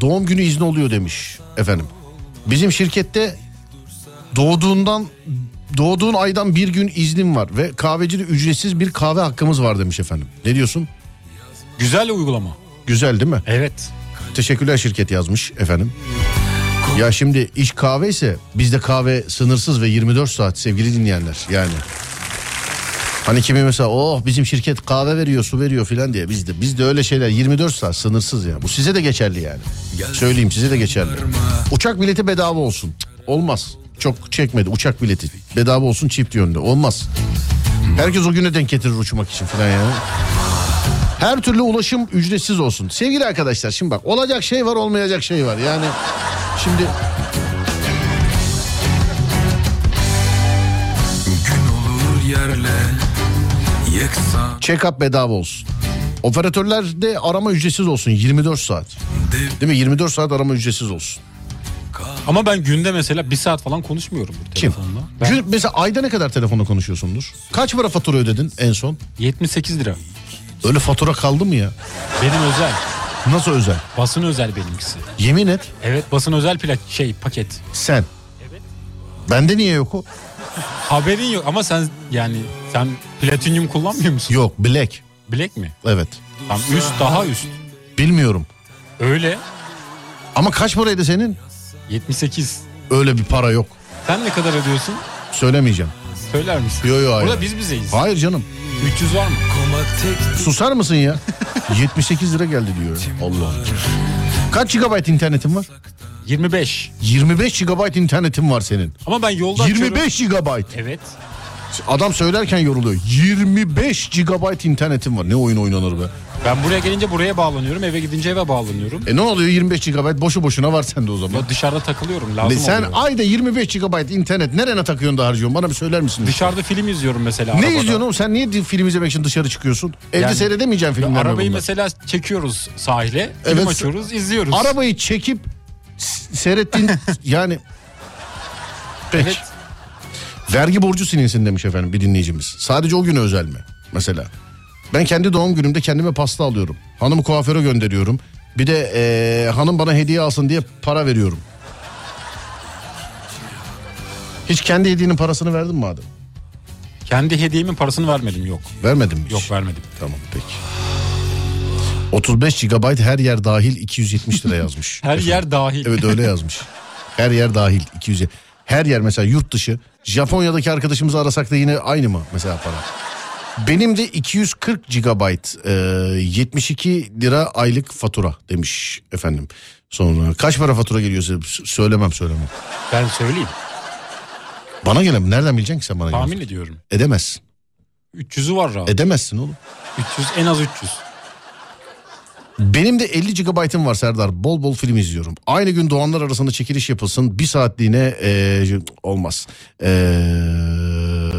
[SPEAKER 2] doğum günü izni oluyor demiş efendim. Bizim şirkette doğduğundan doğduğun aydan bir gün iznim var ve kahvecide ücretsiz bir kahve hakkımız var demiş efendim. Ne diyorsun?
[SPEAKER 3] Güzel uygulama.
[SPEAKER 2] Güzel değil mi?
[SPEAKER 3] Evet.
[SPEAKER 2] Teşekkürler şirket yazmış efendim. Ya şimdi iş kahve ise bizde kahve sınırsız ve 24 saat sevgili dinleyenler yani. Hani kimi mesela oh bizim şirket kahve veriyor su veriyor filan diye bizde bizde öyle şeyler 24 saat sınırsız ya. Bu size de geçerli yani. Söyleyeyim size de geçerli. Uçak bileti bedava olsun. Cık, Olmaz. Çok çekmedi uçak bileti. Bedava olsun çift yönlü. Olmaz. Herkes o güne denk getirir uçmak için filan yani. Her türlü ulaşım ücretsiz olsun. Sevgili arkadaşlar şimdi bak olacak şey var olmayacak şey var. Yani şimdi
[SPEAKER 1] Gün olur yerle Yeksan
[SPEAKER 2] check-up bedava olsun. Operatörler de arama ücretsiz olsun 24 saat. Değil mi? 24 saat arama ücretsiz olsun.
[SPEAKER 3] Ama ben günde mesela bir saat falan konuşmuyorum bu
[SPEAKER 2] Kim?
[SPEAKER 3] telefonla. Ben
[SPEAKER 2] Gün- mesela ayda ne kadar telefonla konuşuyorsundur? Kaç para fatura ödedin en son?
[SPEAKER 3] 78 lira.
[SPEAKER 2] Öyle fatura kaldı mı ya?
[SPEAKER 3] Benim özel.
[SPEAKER 2] Nasıl özel?
[SPEAKER 3] Basın özel benimkisi.
[SPEAKER 2] Yemin et
[SPEAKER 3] Evet basın özel plak şey paket.
[SPEAKER 2] sen. Evet. Bende niye yok o?
[SPEAKER 3] Haberin yok ama sen yani sen platinyum kullanmıyor musun?
[SPEAKER 2] Yok black.
[SPEAKER 3] Black mi?
[SPEAKER 2] Evet.
[SPEAKER 3] Tam üst daha üst.
[SPEAKER 2] Bilmiyorum.
[SPEAKER 3] Öyle.
[SPEAKER 2] Ama kaç paraydı senin?
[SPEAKER 3] 78.
[SPEAKER 2] Öyle bir para yok.
[SPEAKER 3] Sen ne kadar ödüyorsun?
[SPEAKER 2] Söylemeyeceğim.
[SPEAKER 3] Söyler misin?
[SPEAKER 2] Yo, yo,
[SPEAKER 3] Burada
[SPEAKER 2] aynen.
[SPEAKER 3] biz bizeyiz.
[SPEAKER 2] Hayır canım.
[SPEAKER 3] 300 var mı?
[SPEAKER 1] Komak tek
[SPEAKER 2] Susar mısın
[SPEAKER 3] <laughs>
[SPEAKER 2] ya? 78 lira geldi diyor. Allah. Allah. Kaç GB internetin var?
[SPEAKER 3] 25.
[SPEAKER 2] 25 GB internetin var senin.
[SPEAKER 3] Ama ben yolda açıyorum.
[SPEAKER 2] 25 GB.
[SPEAKER 3] Evet.
[SPEAKER 2] Adam söylerken yoruluyor. 25 GB internetin var. Ne oyun oynanır be?
[SPEAKER 3] Ben buraya gelince buraya bağlanıyorum. Eve gidince eve bağlanıyorum.
[SPEAKER 2] E ne oluyor 25 GB boşu boşuna var sende o zaman.
[SPEAKER 3] Ya dışarıda takılıyorum lazım
[SPEAKER 2] E sen
[SPEAKER 3] oluyor.
[SPEAKER 2] ayda 25 GB internet nerene takıyorsun da harcıyorsun bana bir söyler misin?
[SPEAKER 3] Dışarıda film izliyorum mesela.
[SPEAKER 2] Ne
[SPEAKER 3] arabada.
[SPEAKER 2] izliyorsun oğlum sen niye di- film izlemek için dışarı çıkıyorsun? Evde
[SPEAKER 3] Yani-
[SPEAKER 2] seyredemeyeceksin
[SPEAKER 3] Ya
[SPEAKER 2] filmler mi
[SPEAKER 3] Arabayı
[SPEAKER 2] bunlar?
[SPEAKER 3] mesela çekiyoruz sahile. Film
[SPEAKER 2] Evet.
[SPEAKER 3] açıyoruz, izliyoruz.
[SPEAKER 2] Arabayı çekip s- seyrettiğin
[SPEAKER 3] <laughs>
[SPEAKER 2] yani... Peki.
[SPEAKER 3] Evet.
[SPEAKER 2] Vergi borcu silinsin demiş efendim bir dinleyicimiz. Sadece o güne özel mi mesela? Ben kendi doğum günümde kendime pasta alıyorum. Hanımı kuaföre gönderiyorum. Bir de eee, hanım bana hediye alsın diye para veriyorum. Hiç kendi hediyenin parasını verdin mi adam?
[SPEAKER 3] Kendi hediyemin parasını vermedim yok.
[SPEAKER 2] Vermedin mi hiç?
[SPEAKER 3] Yok vermedim.
[SPEAKER 2] Tamam peki. 35 GB her yer dahil 270 lira yazmış.
[SPEAKER 3] Her yer dahil.
[SPEAKER 2] <laughs> Evet öyle yazmış. Her yer dahil 200. Her yer mesela yurt dışı. Japonya'daki arkadaşımızı arasak da yine aynı mı mesela para? Benim de 240 GB e, 72 lira aylık fatura demiş efendim. Sonra kaç para fatura geliyor size? S- Söylemem söylemem.
[SPEAKER 3] Ben söyleyeyim.
[SPEAKER 2] Bana gelen nereden bileceksin ki sen bana gelen?
[SPEAKER 3] Tahmin ediyorum.
[SPEAKER 2] Edemezsin.
[SPEAKER 3] 300'ü var rahat.
[SPEAKER 2] Edemezsin oğlum.
[SPEAKER 3] 300 en az 300.
[SPEAKER 2] Benim de 50 GB'ım var Serdar. Bol bol film izliyorum. Aynı gün doğanlar arasında çekiliş yapılsın. Bir saatliğine eee, olmaz. Eee,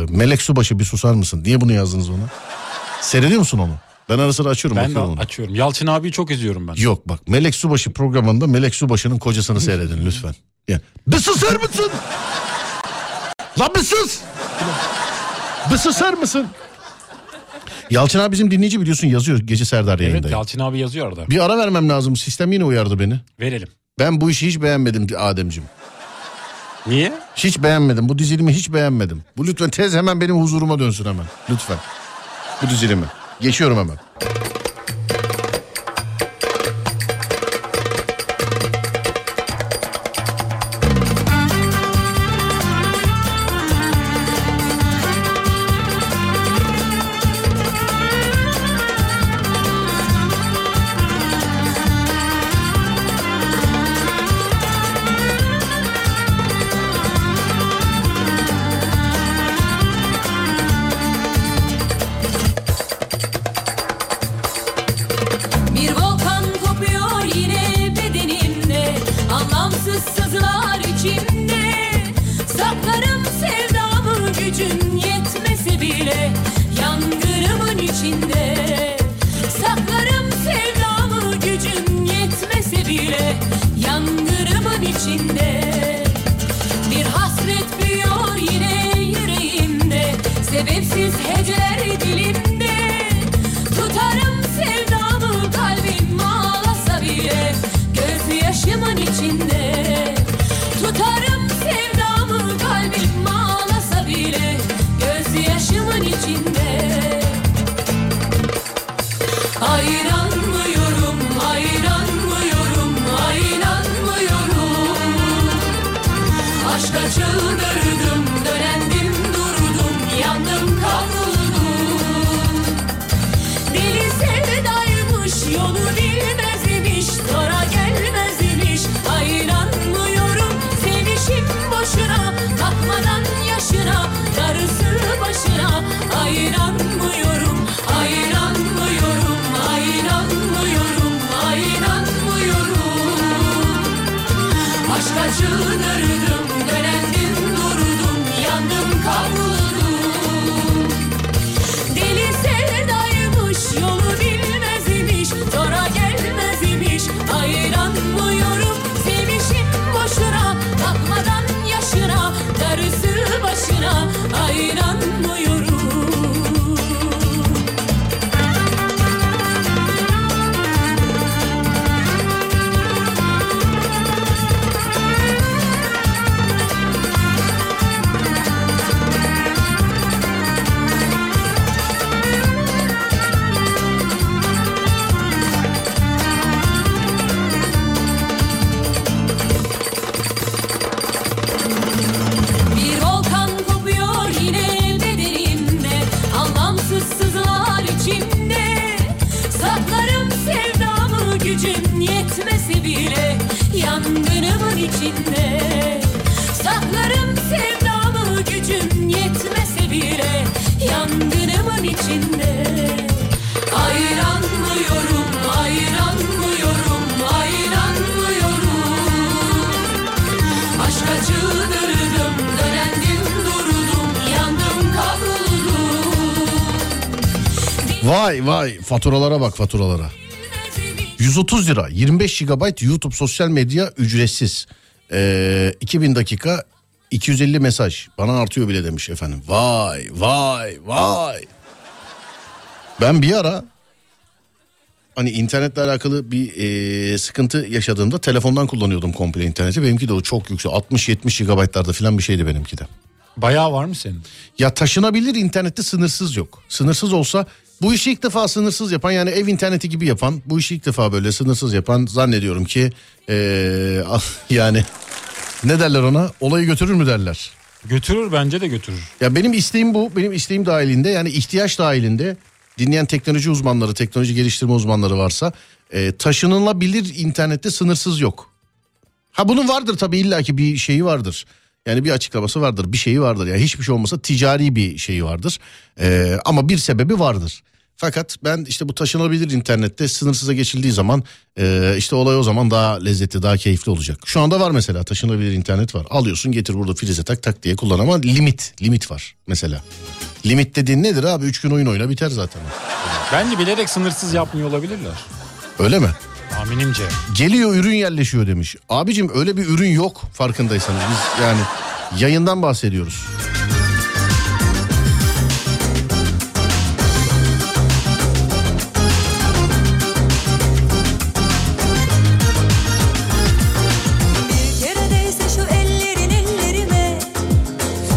[SPEAKER 2] Melek Subaşı bir susar mısın? Niye bunu yazdınız bana? Seyrediyor musun onu? Ben ara sıra açıyorum.
[SPEAKER 3] Ben de
[SPEAKER 2] bakıyorum ona.
[SPEAKER 3] açıyorum. Yalçın abiyi çok izliyorum ben.
[SPEAKER 2] Yok bak Melek Subaşı programında Melek Subaşı'nın kocasını seyredin lütfen. Yani, bir susar mısın? Lan bir sus! Bir susar mısın? Yalçın abi bizim dinleyici biliyorsun yazıyor gece Serdar yayında.
[SPEAKER 3] Evet Yalçın abi yazıyor arada.
[SPEAKER 2] Bir ara vermem lazım. Sistem yine uyardı beni.
[SPEAKER 3] Verelim.
[SPEAKER 2] Ben bu işi hiç beğenmedim Ademcim.
[SPEAKER 3] Niye?
[SPEAKER 2] Hiç beğenmedim. Bu dizilimi hiç beğenmedim. Bu lütfen tez hemen benim huzuruma dönsün hemen. Lütfen. Bu dizilimi. Geçiyorum hemen.
[SPEAKER 8] Bir volkan kopuyor yine bedenimde Anlamsız sızılar içimde Saklarım sevdamı gücün yetmese bile Yangınımın içinde Saklarım sevdamı gücün yetmese bile Yangınımın içinde bir hasret büyüyor yine yüreğimde Sebepsiz heceler dilimde Tutarım sevdamı kalbim ağlasa bile Gözyaşımın içinde Tutarım sevdamı kalbim ağlasa bile Gözyaşımın içinde Ayranmıyorum, ayranmıyorum, ayranmıyorum Aşka çıldırdım, dönendim, durdum, yandım, kavruldum Deli sevdaymış, yolu bilmez imiş, sonra gelmez imiş Ayranmıyorum, sevişim boşuna, bakmadan yaşına, darısı başına Ayranmıyorum, ayranmıyorum, ayranmıyorum
[SPEAKER 2] Vay vay faturalara bak faturalara. 130 lira 25 GB YouTube sosyal medya ücretsiz. Ee, 2000 dakika 250 mesaj bana artıyor bile demiş efendim. Vay vay vay. Ben bir ara hani internetle alakalı bir e, sıkıntı yaşadığımda telefondan kullanıyordum komple interneti. Benimki de o çok yüksek 60-70 GB'larda falan bir şeydi benimki de.
[SPEAKER 3] Bayağı var mı senin?
[SPEAKER 2] Ya taşınabilir internette sınırsız yok. Sınırsız olsa bu işi ilk defa sınırsız yapan yani ev interneti gibi yapan bu işi ilk defa böyle sınırsız yapan zannediyorum ki eee, <laughs> yani ne derler ona olayı götürür mü derler.
[SPEAKER 3] Götürür bence de götürür.
[SPEAKER 2] Ya benim isteğim bu benim isteğim dahilinde yani ihtiyaç dahilinde dinleyen teknoloji uzmanları teknoloji geliştirme uzmanları varsa eee, taşınılabilir internette sınırsız yok. Ha bunun vardır tabii illaki bir şeyi vardır. Yani bir açıklaması vardır, bir şeyi vardır. Ya hiçbir şey olmasa ticari bir şeyi vardır. Ee, ama bir sebebi vardır. Fakat ben işte bu taşınabilir internette sınırsıza geçildiği zaman e, işte olay o zaman daha lezzetli, daha keyifli olacak. Şu anda var mesela taşınabilir internet var. Alıyorsun getir burada frize tak tak diye kullan ama limit, limit var mesela. Limit dediğin nedir abi? Üç gün oyun oyna biter zaten.
[SPEAKER 3] Bence bilerek sınırsız yapmıyor olabilirler.
[SPEAKER 2] Öyle mi?
[SPEAKER 3] Tahminimce.
[SPEAKER 2] Geliyor ürün yerleşiyor demiş. Abicim öyle bir ürün yok farkındaysanız. Biz yani yayından bahsediyoruz.
[SPEAKER 4] Bir kere değse şu ellerin ellerime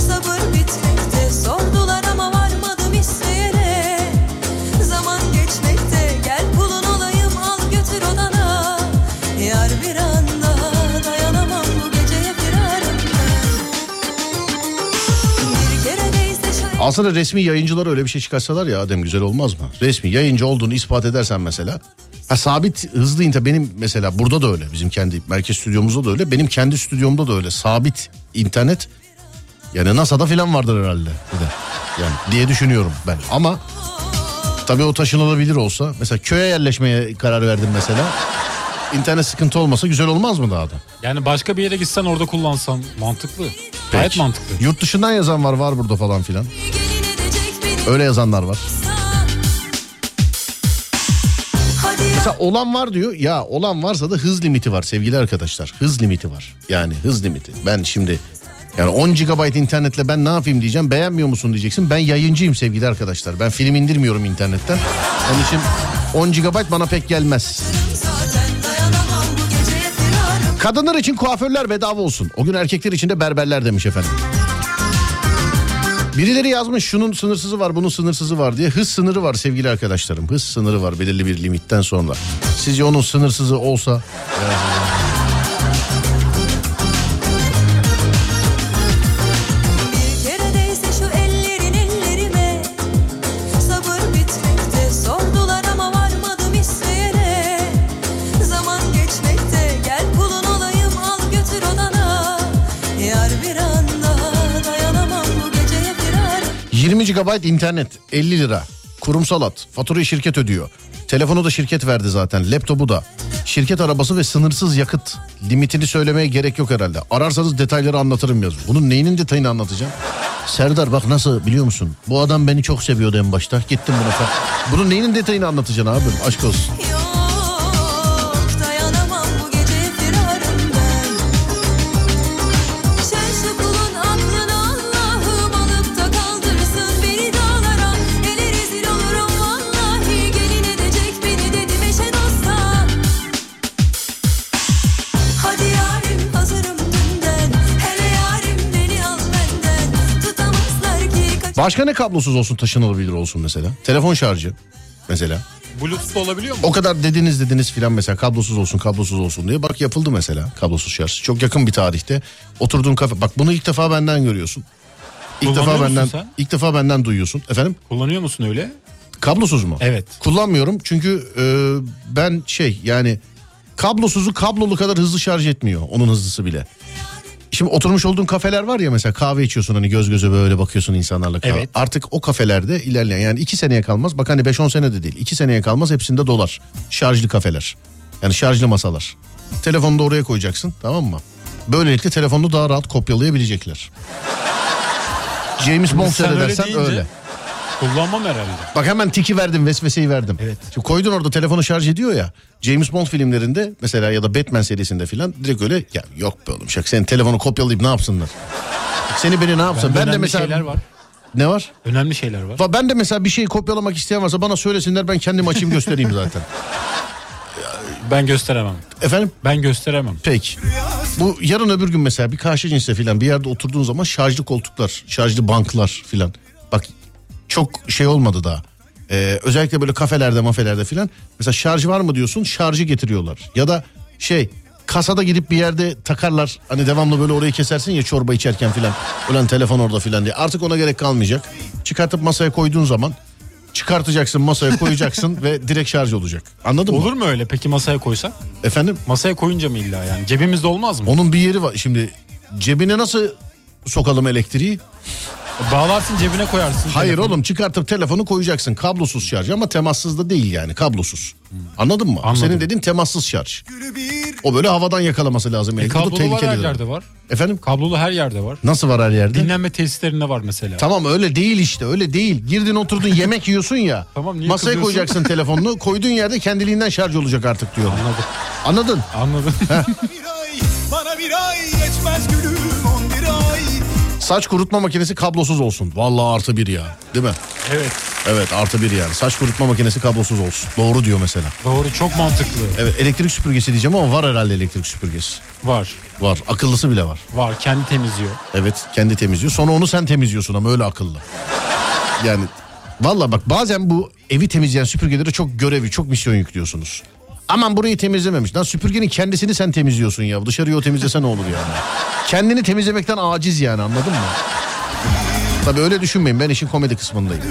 [SPEAKER 4] Sabır bitmekte sordular ama varmadım isteyene Zaman geçmekte gel kulun olayım al götür odana Yar bir anda dayanamam bu geceye firarım Bir kere değse şu
[SPEAKER 2] Aslında resmi yayıncılar öyle bir şey çıkarsalar ya Adem güzel olmaz mı? Resmi yayıncı olduğunu ispat edersen mesela. Ha sabit hızlı internet benim mesela burada da öyle. Bizim kendi merkez stüdyomuzda da öyle. Benim kendi stüdyomda da öyle. Sabit internet yani NASA'da falan vardır herhalde. Bir de. Yani diye düşünüyorum ben. Ama tabii o taşınılabilir olsa mesela köye yerleşmeye karar verdim mesela. İnternet sıkıntı olmasa güzel olmaz mı daha da?
[SPEAKER 3] Yani başka bir yere gitsen orada kullansan mantıklı. Gayet
[SPEAKER 2] Peki.
[SPEAKER 3] mantıklı.
[SPEAKER 2] Yurt dışından yazan var var burada falan filan.
[SPEAKER 4] gelin edecek beni
[SPEAKER 2] Öyle yazanlar var.
[SPEAKER 4] Hadi ya
[SPEAKER 2] Mesela olan var diyor. Ya olan varsa da hız limiti var sevgili arkadaşlar. Hız limiti var. Yani hız limiti. Ben şimdi yani 10 GB internetle ben ne yapayım diyeceğim. Beğenmiyor musun diyeceksin. Ben yayıncıyım sevgili arkadaşlar. Ben film indirmiyorum internetten. Onun için 10 GB bana pek gelmez.
[SPEAKER 4] zaten dayanamam bu geceye firarım
[SPEAKER 2] Kadınlar için kuaförler bedava olsun. O gün erkekler için de berberler demiş efendim. Birileri yazmış şunun sınırsızı var bunun sınırsızı var diye. Hız sınırı var sevgili arkadaşlarım. Hız sınırı var belirli bir limitten sonra. Sizce onun sınırsızı olsa
[SPEAKER 4] Bir kere değse şu ellerin ellerime Sabır bitmekte sordular ama varmadım isteyene Zaman geçmekte gel kulun olayım al götür odana Yar bir anda dayanamam bu geceye firarım
[SPEAKER 2] 20 GB internet 50 lira. Kurumsal at. Faturayı şirket ödüyor. Telefonu da şirket verdi zaten. Laptopu da. Şirket arabası ve sınırsız yakıt. Limitini söylemeye gerek yok herhalde. Ararsanız detayları anlatırım yazıyor. Bunun neyinin detayını anlatacağım? Serdar bak nasıl biliyor musun? Bu adam beni çok seviyordu en başta. Gittim buna. fa- Bunun neyinin detayını anlatacaksın abi? Aşk olsun.
[SPEAKER 4] Yok dayanamam bu geceye firarım ben Sen şu kulun aklını Allah'ım alıp da kaldırsın beni dağlara Ele rezil olurum vallahi gelin edecek beni dedim eşe dosta Hadi yarim hazırım dünden hele yarim beni al benden Tutamazlar ki kaç
[SPEAKER 2] Başka ne kablosuz olsun taşınabilir olsun mesela? Telefon şarjı mesela.
[SPEAKER 3] Bluetooth olabiliyor mu?
[SPEAKER 2] O kadar dediniz dediniz filan mesela kablosuz olsun kablosuz olsun diye bak yapıldı mesela kablosuz şarj. Çok yakın bir tarihte oturduğun kafe bak bunu ilk defa benden görüyorsun. İlk
[SPEAKER 3] Kullanıyor
[SPEAKER 2] defa
[SPEAKER 3] musun
[SPEAKER 2] benden
[SPEAKER 3] sen?
[SPEAKER 2] ilk defa benden duyuyorsun. Efendim
[SPEAKER 3] Kullanıyor musun öyle?
[SPEAKER 2] kablosuz mu?
[SPEAKER 3] Evet.
[SPEAKER 2] Kullanmıyorum çünkü e, ben şey yani kablosuzu kablolu kadar hızlı şarj etmiyor onun hızlısı bile. Şimdi oturmuş olduğun kafeler var ya mesela kahve içiyorsun hani göz göze böyle bakıyorsun insanlarla. kahve.
[SPEAKER 3] Evet.
[SPEAKER 2] Artık o kafelerde ilerleyen yani 2 seneye kalmaz bak hani 5-10 sene de değil 2 seneye kalmaz hepsinde dolar. Şarjlı kafeler yani şarjlı masalar. Telefonunu da oraya koyacaksın tamam mı? Böylelikle telefonunu daha rahat kopyalayabilecekler. James Bond
[SPEAKER 3] Sen öyle
[SPEAKER 2] seyredersen
[SPEAKER 3] deyince-
[SPEAKER 2] öyle.
[SPEAKER 3] Kullanmam herhalde.
[SPEAKER 2] Bak hemen tiki verdim vesveseyi verdim.
[SPEAKER 3] Evet.
[SPEAKER 2] Şimdi koydun orada telefonu şarj ediyor ya. James Bond filmlerinde mesela ya da Batman serisinde filan direkt öyle ya yok be oğlum şak senin telefonu kopyalayıp ne yapsınlar? Seni beni ne yapsın?
[SPEAKER 3] Bende
[SPEAKER 2] Ben de
[SPEAKER 3] önemli
[SPEAKER 2] mesela
[SPEAKER 3] şeyler var.
[SPEAKER 2] ne var?
[SPEAKER 3] Önemli şeyler var.
[SPEAKER 2] Va- Ben de mesela bir şeyi kopyalamak isteyen varsa bana söylesinler ben kendim açayım göstereyim
[SPEAKER 3] <laughs>
[SPEAKER 2] zaten.
[SPEAKER 3] Ben gösteremem.
[SPEAKER 2] Efendim?
[SPEAKER 3] Ben gösteremem.
[SPEAKER 2] Peki. Bu yarın öbür gün mesela bir karşı cinsle filan bir yerde oturduğun zaman şarjlı koltuklar, şarjlı banklar filan. Bak çok şey olmadı daha. Ee, özellikle böyle kafelerde mafelerde filan. Mesela şarj var mı diyorsun şarjı getiriyorlar. Ya da şey kasada gidip bir yerde takarlar. Hani devamlı böyle orayı kesersin ya çorba içerken filan. Ulan telefon orada filan diye. Artık ona gerek kalmayacak. Çıkartıp masaya koyduğun zaman çıkartacaksın masaya koyacaksın <laughs> ve direkt şarj olacak. Anladın mı?
[SPEAKER 3] Olur mu öyle peki masaya koysak?
[SPEAKER 2] Efendim?
[SPEAKER 3] Masaya koyunca mı illa yani? Cebimizde olmaz mı?
[SPEAKER 2] Onun bir yeri var. Şimdi cebine nasıl sokalım elektriği?
[SPEAKER 3] Bağlarsın cebine koyarsın.
[SPEAKER 2] Hayır
[SPEAKER 3] Telefonu.
[SPEAKER 2] oğlum çıkartıp telefonu koyacaksın. Kablosuz şarj ama temassız da değil yani kablosuz. Anladın mı?
[SPEAKER 3] Hmm. Anladım.
[SPEAKER 2] Senin dediğin temassız şarj. O böyle havadan yakalaması lazım.
[SPEAKER 3] E,
[SPEAKER 2] elini. Bu da
[SPEAKER 3] kablolu var her
[SPEAKER 2] tehlikelidir.
[SPEAKER 3] yerde var.
[SPEAKER 2] Efendim?
[SPEAKER 3] Kablolu her yerde var.
[SPEAKER 2] Nasıl var her yerde?
[SPEAKER 3] Dinlenme tesislerinde var mesela.
[SPEAKER 2] Tamam öyle değil işte öyle değil. Girdin oturdun
[SPEAKER 3] <laughs>
[SPEAKER 2] yemek yiyorsun ya.
[SPEAKER 3] Tamam, niye
[SPEAKER 2] masaya
[SPEAKER 3] kızıyorsun?
[SPEAKER 2] koyacaksın
[SPEAKER 3] <laughs>
[SPEAKER 2] telefonunu. Koyduğun yerde kendiliğinden şarj olacak artık diyorum.
[SPEAKER 3] Anladım.
[SPEAKER 2] Anladın? <laughs>
[SPEAKER 3] Anladım.
[SPEAKER 1] Bana bir ay geçmez gülüm on bir ay
[SPEAKER 2] Saç kurutma makinesi kablosuz olsun. Vallahi artı bir ya. Değil mi?
[SPEAKER 3] evet.
[SPEAKER 2] Evet artı bir yani. Saç kurutma makinesi kablosuz olsun. Doğru diyor mesela.
[SPEAKER 3] Doğru çok mantıklı.
[SPEAKER 2] Evet elektrik süpürgesi diyeceğim ama var herhalde elektrik süpürgesi.
[SPEAKER 3] Var.
[SPEAKER 2] Var. Akıllısı bile var.
[SPEAKER 3] Var. Kendi temizliyor.
[SPEAKER 2] Evet kendi temizliyor. Sonra onu sen temizliyorsun ama öyle akıllı. Yani valla bak bazen bu evi temizleyen süpürgelere çok görevi, çok misyon yüklüyorsunuz. Aman burayı temizlememiş. Lan süpürgenin kendisini sen temizliyorsun ya. Dışarıyı o temizlese ne olur yani. Kendini temizlemekten aciz yani anladın mı? Tabii öyle düşünmeyin. Ben işin komedi kısmındayım.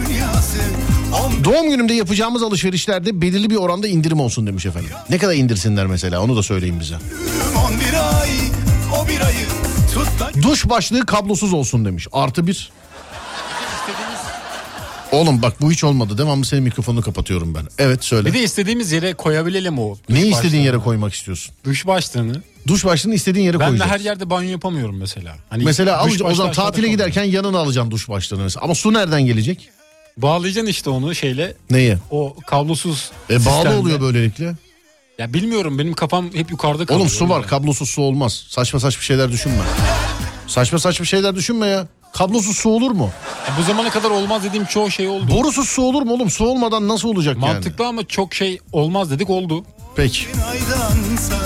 [SPEAKER 2] Doğum günümde yapacağımız alışverişlerde belirli bir oranda indirim olsun demiş efendim. Ne kadar indirsinler mesela onu da söyleyin bize.
[SPEAKER 1] On bir ay o bir ayı tut da
[SPEAKER 2] Duş başlığı kablosuz olsun demiş. Artı bir. Oğlum bak bu hiç olmadı. Devamlı senin mikrofonunu kapatıyorum ben. Evet söyle.
[SPEAKER 3] Bir de istediğimiz yere koyabilelim o. duş
[SPEAKER 2] Neyi
[SPEAKER 3] başlığını.
[SPEAKER 2] istediğin yere koymak istiyorsun?
[SPEAKER 3] Duş başlığını.
[SPEAKER 2] Duş başlığını istediğin yere
[SPEAKER 3] Ben de
[SPEAKER 2] koyacaksın.
[SPEAKER 3] her yerde banyo yapamıyorum mesela. Hani
[SPEAKER 2] Mesela
[SPEAKER 3] duş
[SPEAKER 2] alacaksın o zaman
[SPEAKER 3] başlığı aşağıda
[SPEAKER 2] tatile
[SPEAKER 3] kalıyor.
[SPEAKER 2] giderken yanına alacaksın duş başlığını mesela. Ama su nereden gelecek?
[SPEAKER 3] Bağlayacaksın işte onu şeyle
[SPEAKER 2] Neye?
[SPEAKER 3] o kablosuz
[SPEAKER 2] E, bağlı
[SPEAKER 3] sistemle.
[SPEAKER 2] oluyor böylelikle.
[SPEAKER 3] Ya bilmiyorum benim kafam hep yukarıda kalıyor.
[SPEAKER 2] Oğlum su var kablosuz su olmaz. Saçma saçma şeyler düşünme. Saçma saçma şeyler düşünme ya. Kablosuz su olur mu?
[SPEAKER 3] Ya bu zamana kadar olmaz dediğim çoğu şey oldu.
[SPEAKER 2] Borusuz su olur mu oğlum? Su olmadan nasıl olacak
[SPEAKER 3] Mantıklı ama çok şey olmaz dedik oldu.
[SPEAKER 2] yani? Peki.
[SPEAKER 1] aydan say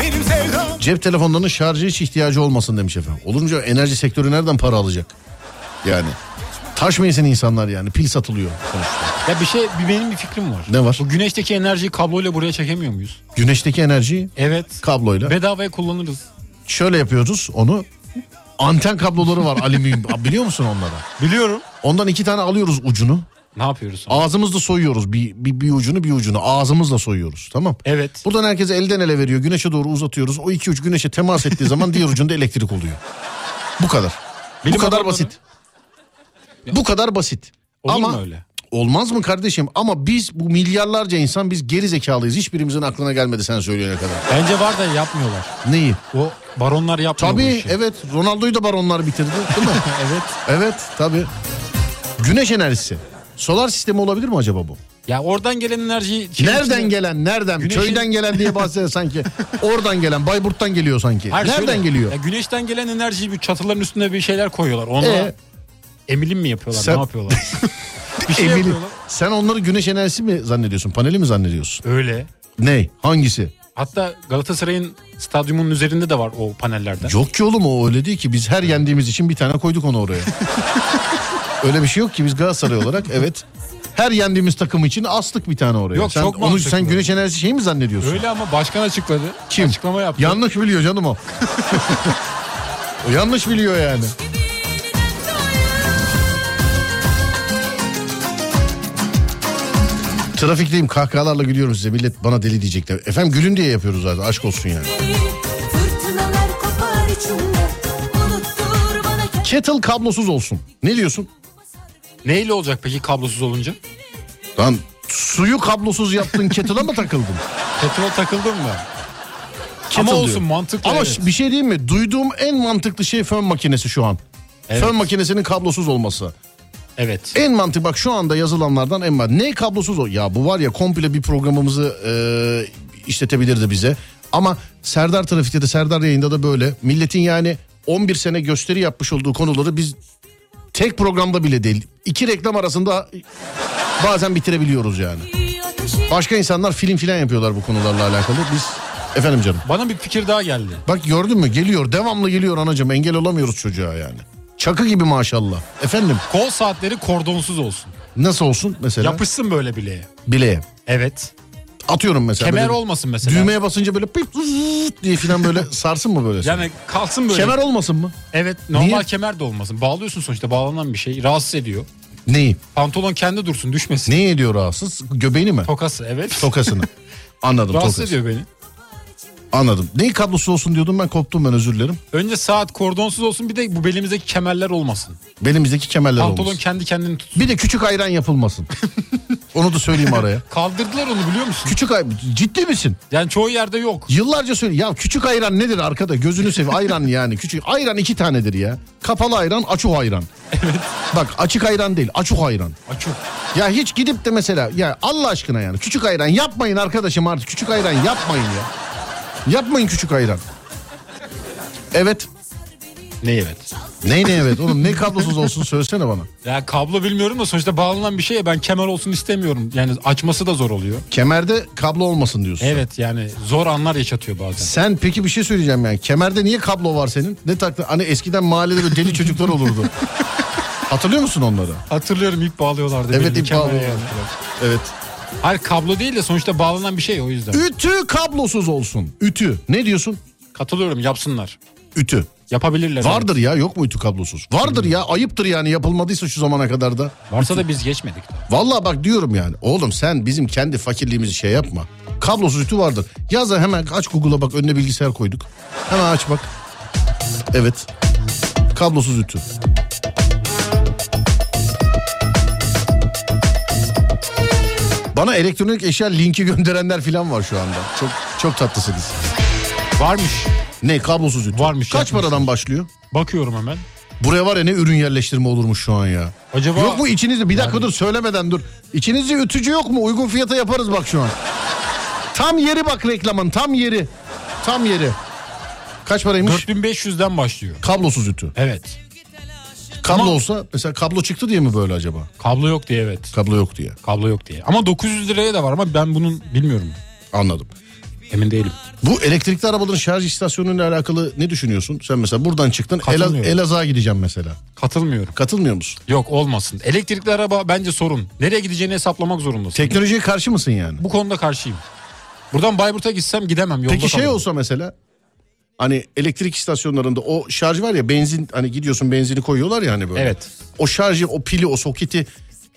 [SPEAKER 1] Benim sevdam
[SPEAKER 2] Cep telefonlarının şarjı hiç ihtiyacı olmasın demiş efendim. Olur mu canım? enerji sektörü nereden para alacak? Yani taş mı yesin insanlar yani pil satılıyor sonuçta.
[SPEAKER 3] Ya bir şey bir benim bir fikrim var.
[SPEAKER 2] Ne var?
[SPEAKER 3] Bu güneşteki enerjiyi kabloyla buraya çekemiyor muyuz?
[SPEAKER 2] Güneşteki enerjiyi
[SPEAKER 3] Evet.
[SPEAKER 2] kabloyla
[SPEAKER 3] Bedavaya kullanırız.
[SPEAKER 2] şöyle yapıyoruz onu. Anten kabloları var alüminyum biliyor musun onlara?
[SPEAKER 3] Biliyorum.
[SPEAKER 2] Ondan iki tane alıyoruz ucunu.
[SPEAKER 3] Ne yapıyoruz? sonra?
[SPEAKER 2] Ağzımızla soyuyoruz bir, bir, bir ucunu bir ucunu ağzımızla soyuyoruz tamam.
[SPEAKER 3] evet.
[SPEAKER 2] Buradan herkese elden ele veriyor güneşe doğru uzatıyoruz. O iki uç güneşe temas ettiği zaman diğer ucunda elektrik oluyor. Bu kadar.
[SPEAKER 3] Bilim
[SPEAKER 2] Bu kadar
[SPEAKER 3] adamları-
[SPEAKER 2] basit. Bu kadar basit.
[SPEAKER 3] Olur
[SPEAKER 2] Ama
[SPEAKER 3] mu öyle?
[SPEAKER 2] Olmaz mı kardeşim? Ama biz bu milyarlarca insan biz geri zekalıyız. Hiçbirimizin aklına gelmedi sen söyleyene kadar.
[SPEAKER 3] Bence var da yapmıyorlar.
[SPEAKER 2] Neyi?
[SPEAKER 3] O baronlar yapmıyor bu
[SPEAKER 2] Tabii
[SPEAKER 3] işi.
[SPEAKER 2] evet Ronaldo'yu da baronlar bitirdi değil mi?
[SPEAKER 3] <laughs> evet.
[SPEAKER 2] evet tabii. Güneş enerjisi. Solar sistemi olabilir mi acaba bu?
[SPEAKER 3] Ya oradan gelen enerjiyi... şey
[SPEAKER 2] nereden
[SPEAKER 3] içine-
[SPEAKER 2] gelen nereden?
[SPEAKER 3] Güneşin-
[SPEAKER 2] Köyden gelen diye bahsediyor
[SPEAKER 3] <laughs>
[SPEAKER 2] sanki. Oradan gelen Bayburt'tan geliyor sanki.
[SPEAKER 3] Hayır,
[SPEAKER 2] nereden
[SPEAKER 3] şöyle,
[SPEAKER 2] geliyor?
[SPEAKER 3] Ya güneşten gelen enerjiyi bir çatıların üstüne bir şeyler koyuyorlar. Onunla
[SPEAKER 2] Ee?
[SPEAKER 3] emilim mi yapıyorlar?
[SPEAKER 2] Sen- <laughs>
[SPEAKER 3] Ne yapıyorlar? bir şey
[SPEAKER 2] Eminim.
[SPEAKER 3] yapıyorlar.
[SPEAKER 2] Sen onları güneş enerjisi mi zannediyorsun? Paneli mi zannediyorsun?
[SPEAKER 3] Öyle.
[SPEAKER 2] Ney? Hangisi?
[SPEAKER 3] Hatta Galatasaray'ın stadyumunun üzerinde de var o panellerden.
[SPEAKER 2] Yok ki oğlum o öyle değil ki. Biz her yendiğimiz için bir tane koyduk onu
[SPEAKER 3] <laughs>
[SPEAKER 2] oraya. öyle bir şey yok ki biz Galatasaray olarak evet. Her yendiğimiz takım için astık bir tane oraya.
[SPEAKER 3] Yok,
[SPEAKER 2] sen,
[SPEAKER 3] çok
[SPEAKER 2] onu,
[SPEAKER 3] mantıklı.
[SPEAKER 2] sen güneş enerjisi şey mi zannediyorsun?
[SPEAKER 3] Öyle ama başkan açıkladı.
[SPEAKER 2] Kim?
[SPEAKER 3] Açıklama yaptı.
[SPEAKER 2] Yanlış biliyor canım
[SPEAKER 3] <laughs>
[SPEAKER 2] o. o yanlış biliyor yani. Trafikteyim kahkahalarla gülüyorum size. Millet bana deli diyecekler. Efendim gülün diye yapıyoruz zaten. Aşk olsun yani.
[SPEAKER 4] Fırtınalar kopar içimde Unuttur bana kendini
[SPEAKER 2] Kettle kablosuz olsun. Ne diyorsun?
[SPEAKER 3] Neyle olacak peki kablosuz olunca?
[SPEAKER 2] Lan suyu kablosuz
[SPEAKER 3] <laughs>
[SPEAKER 2] yaptın kettle'a mı takıldın?
[SPEAKER 3] Petrol takıldın mı?
[SPEAKER 2] Kettle
[SPEAKER 3] Ama
[SPEAKER 2] diyor.
[SPEAKER 3] olsun mantıklı.
[SPEAKER 2] Ama
[SPEAKER 3] evet.
[SPEAKER 2] ş- bir şey diyeyim mi? Duyduğum en mantıklı şey fön makinesi şu an.
[SPEAKER 3] Evet.
[SPEAKER 2] Fön makinesinin kablosuz olması.
[SPEAKER 3] Evet.
[SPEAKER 2] En mantık bak şu anda yazılanlardan en mantık. Ne kablosuz o? Ya bu var ya komple bir programımızı e, işletebilirdi bize. Ama Serdar Trafik'te de Serdar yayında da böyle. Milletin yani 11 sene gösteri yapmış olduğu konuları biz tek programda bile değil. iki reklam arasında bazen bitirebiliyoruz yani. Başka insanlar film filan yapıyorlar bu konularla alakalı. Biz efendim canım.
[SPEAKER 3] Bana bir fikir daha geldi.
[SPEAKER 2] Bak gördün mü geliyor devamlı geliyor anacığım engel olamıyoruz çocuğa yani. Çakı gibi maşallah. Efendim
[SPEAKER 3] Kol saatleri kordonsuz olsun.
[SPEAKER 2] nasıl olsun mesela?
[SPEAKER 3] Yapışsın böyle bileğe.
[SPEAKER 2] Bileğe.
[SPEAKER 3] Evet.
[SPEAKER 2] Atıyorum mesela.
[SPEAKER 3] Kemer
[SPEAKER 2] böyle
[SPEAKER 3] olmasın mesela.
[SPEAKER 2] Düğmeye basınca böyle pıp zıt diye filan
[SPEAKER 3] <laughs>
[SPEAKER 2] böyle sarsın mı böyle?
[SPEAKER 3] Yani kalsın böyle.
[SPEAKER 2] Kemer olmasın mı?
[SPEAKER 3] Evet. Normal
[SPEAKER 2] Niye?
[SPEAKER 3] kemer de olmasın. Bağlıyorsun sonuçta bağlanan bir şey. Rahatsız ediyor.
[SPEAKER 2] Neyi?
[SPEAKER 3] Pantolon kendi dursun düşmesin.
[SPEAKER 2] Neyi ediyor rahatsız? Göbeğini
[SPEAKER 3] <laughs>
[SPEAKER 2] mi?
[SPEAKER 3] Tokası evet.
[SPEAKER 2] Tokasını. Anladım
[SPEAKER 3] Rahatsız
[SPEAKER 2] tokası.
[SPEAKER 3] ediyor beni.
[SPEAKER 2] Anladım. Neyi kablosuz olsun diyordum ben koptum ben özür dilerim.
[SPEAKER 3] Önce saat kordonsuz olsun bir de bu belimizdeki kemerler olmasın.
[SPEAKER 2] Belimizdeki kemerler
[SPEAKER 3] Pantolon
[SPEAKER 2] olmasın.
[SPEAKER 3] kendi kendini tutsun.
[SPEAKER 2] Bir de küçük ayran
[SPEAKER 3] <laughs>
[SPEAKER 2] yapılmasın. Onu da söyleyeyim araya.
[SPEAKER 3] Kaldırdılar onu biliyor musun?
[SPEAKER 2] Küçük ay ciddi misin?
[SPEAKER 3] Yani çoğu yerde yok.
[SPEAKER 2] Yıllarca söyle ya küçük ayran nedir arkada gözünü seveyim ayran yani küçük ayran iki tanedir ya. Kapalı ayran açuk ayran. Bak açık ayran değil açuk ayran.
[SPEAKER 3] Açık.
[SPEAKER 2] Ya hiç gidip de mesela ya Allah aşkına yani küçük ayran yapmayın arkadaşım artık küçük ayran yapmayın ya. Yapmayın küçük ayran. Evet.
[SPEAKER 3] Ne evet?
[SPEAKER 2] Ney ne evet oğlum ne kablosuz olsun söylesene bana.
[SPEAKER 3] Ya kablo bilmiyorum da sonuçta bağlanan bir şeye ben kemer olsun istemiyorum. Yani açması da zor oluyor.
[SPEAKER 2] Kemerde kablo olmasın diyorsun.
[SPEAKER 3] Evet yani zor anlar yaşatıyor bazen.
[SPEAKER 2] Sen peki bir şey söyleyeceğim yani. Kemerde niye kablo var senin? Ne taktın? Hani eskiden mahallede böyle deli çocuklar olurdu. Hatırlıyor musun onları?
[SPEAKER 3] Hatırlıyorum ip bağlıyorlardı.
[SPEAKER 2] Evet,
[SPEAKER 3] belli
[SPEAKER 2] ip
[SPEAKER 3] kemere
[SPEAKER 2] bağlıyorlar.
[SPEAKER 3] yani.
[SPEAKER 2] Evet.
[SPEAKER 3] Hayır kablo değil de sonuçta bağlanan bir şey o yüzden.
[SPEAKER 2] Ütü kablosuz olsun. Ütü. Ne diyorsun?
[SPEAKER 3] Katılıyorum yapsınlar.
[SPEAKER 2] Ütü.
[SPEAKER 3] Yapabilirler.
[SPEAKER 2] Vardır ya yok mu ütü kablosuz? Vardır ya ayıptır yani yapılmadıysa şu zamana kadar da.
[SPEAKER 3] Varsa da biz geçmedik.
[SPEAKER 2] Vallahi bak diyorum yani. Oğlum sen bizim kendi fakirliğimizi şey yapma. Kablosuz ütü vardır. Yaz da hemen aç Google'a bak önüne bilgisayar koyduk. Hemen aç bak. Evet. Kablosuz ütü. Bana elektronik eşya linki gönderenler falan var şu anda. Çok çok tatlısınız.
[SPEAKER 3] Varmış.
[SPEAKER 2] Ne kablosuz ütü?
[SPEAKER 3] Varmış,
[SPEAKER 2] Kaç
[SPEAKER 3] yapmışsınız.
[SPEAKER 2] paradan başlıyor?
[SPEAKER 3] Bakıyorum hemen.
[SPEAKER 2] Buraya var ya ne ürün yerleştirme olurmuş şu an ya.
[SPEAKER 3] Acaba-
[SPEAKER 2] Yok mu içinizde bir dakika dur söylemeden dur. İçinizde ütücü yok mu? Uygun fiyata yaparız bak şu an. Tam yeri bak reklamın tam yeri. Tam yeri. Kaç paraymış?
[SPEAKER 3] 4500'den başlıyor.
[SPEAKER 2] Kablosuz ütü.
[SPEAKER 3] Evet.
[SPEAKER 2] Kablo
[SPEAKER 3] Ama-
[SPEAKER 2] olsa mesela kablo çıktı diye mi böyle acaba?
[SPEAKER 3] Kablo yok diye evet.
[SPEAKER 2] Kablo yok diye.
[SPEAKER 3] Kablo yok diye. Ama 900 liraya da var ama ben bunun bilmiyorum.
[SPEAKER 2] Anladım.
[SPEAKER 3] Emin değilim.
[SPEAKER 2] Bu elektrikli arabaların şarj istasyonuyla alakalı ne düşünüyorsun? Sen mesela buradan çıktın Elaz-
[SPEAKER 3] Katılmıyorum.
[SPEAKER 2] Elazığ'a gideceğim mesela.
[SPEAKER 3] Katılmıyorum.
[SPEAKER 2] Katılmıyor musun?
[SPEAKER 3] Yok olmasın. Elektrikli araba bence sorun. Nereye gideceğini hesaplamak zorundasın.
[SPEAKER 2] Teknolojiye karşı mısın yani?
[SPEAKER 3] Bu konuda karşıyım. Buradan Bayburt'a gitsem gidemem. Yolda
[SPEAKER 2] Peki şey
[SPEAKER 3] kalırım.
[SPEAKER 2] olsa mesela hani elektrik istasyonlarında o şarj var ya benzin hani gidiyorsun benzini koyuyorlar ya hani böyle.
[SPEAKER 3] Evet.
[SPEAKER 2] O şarjı o pili o soketi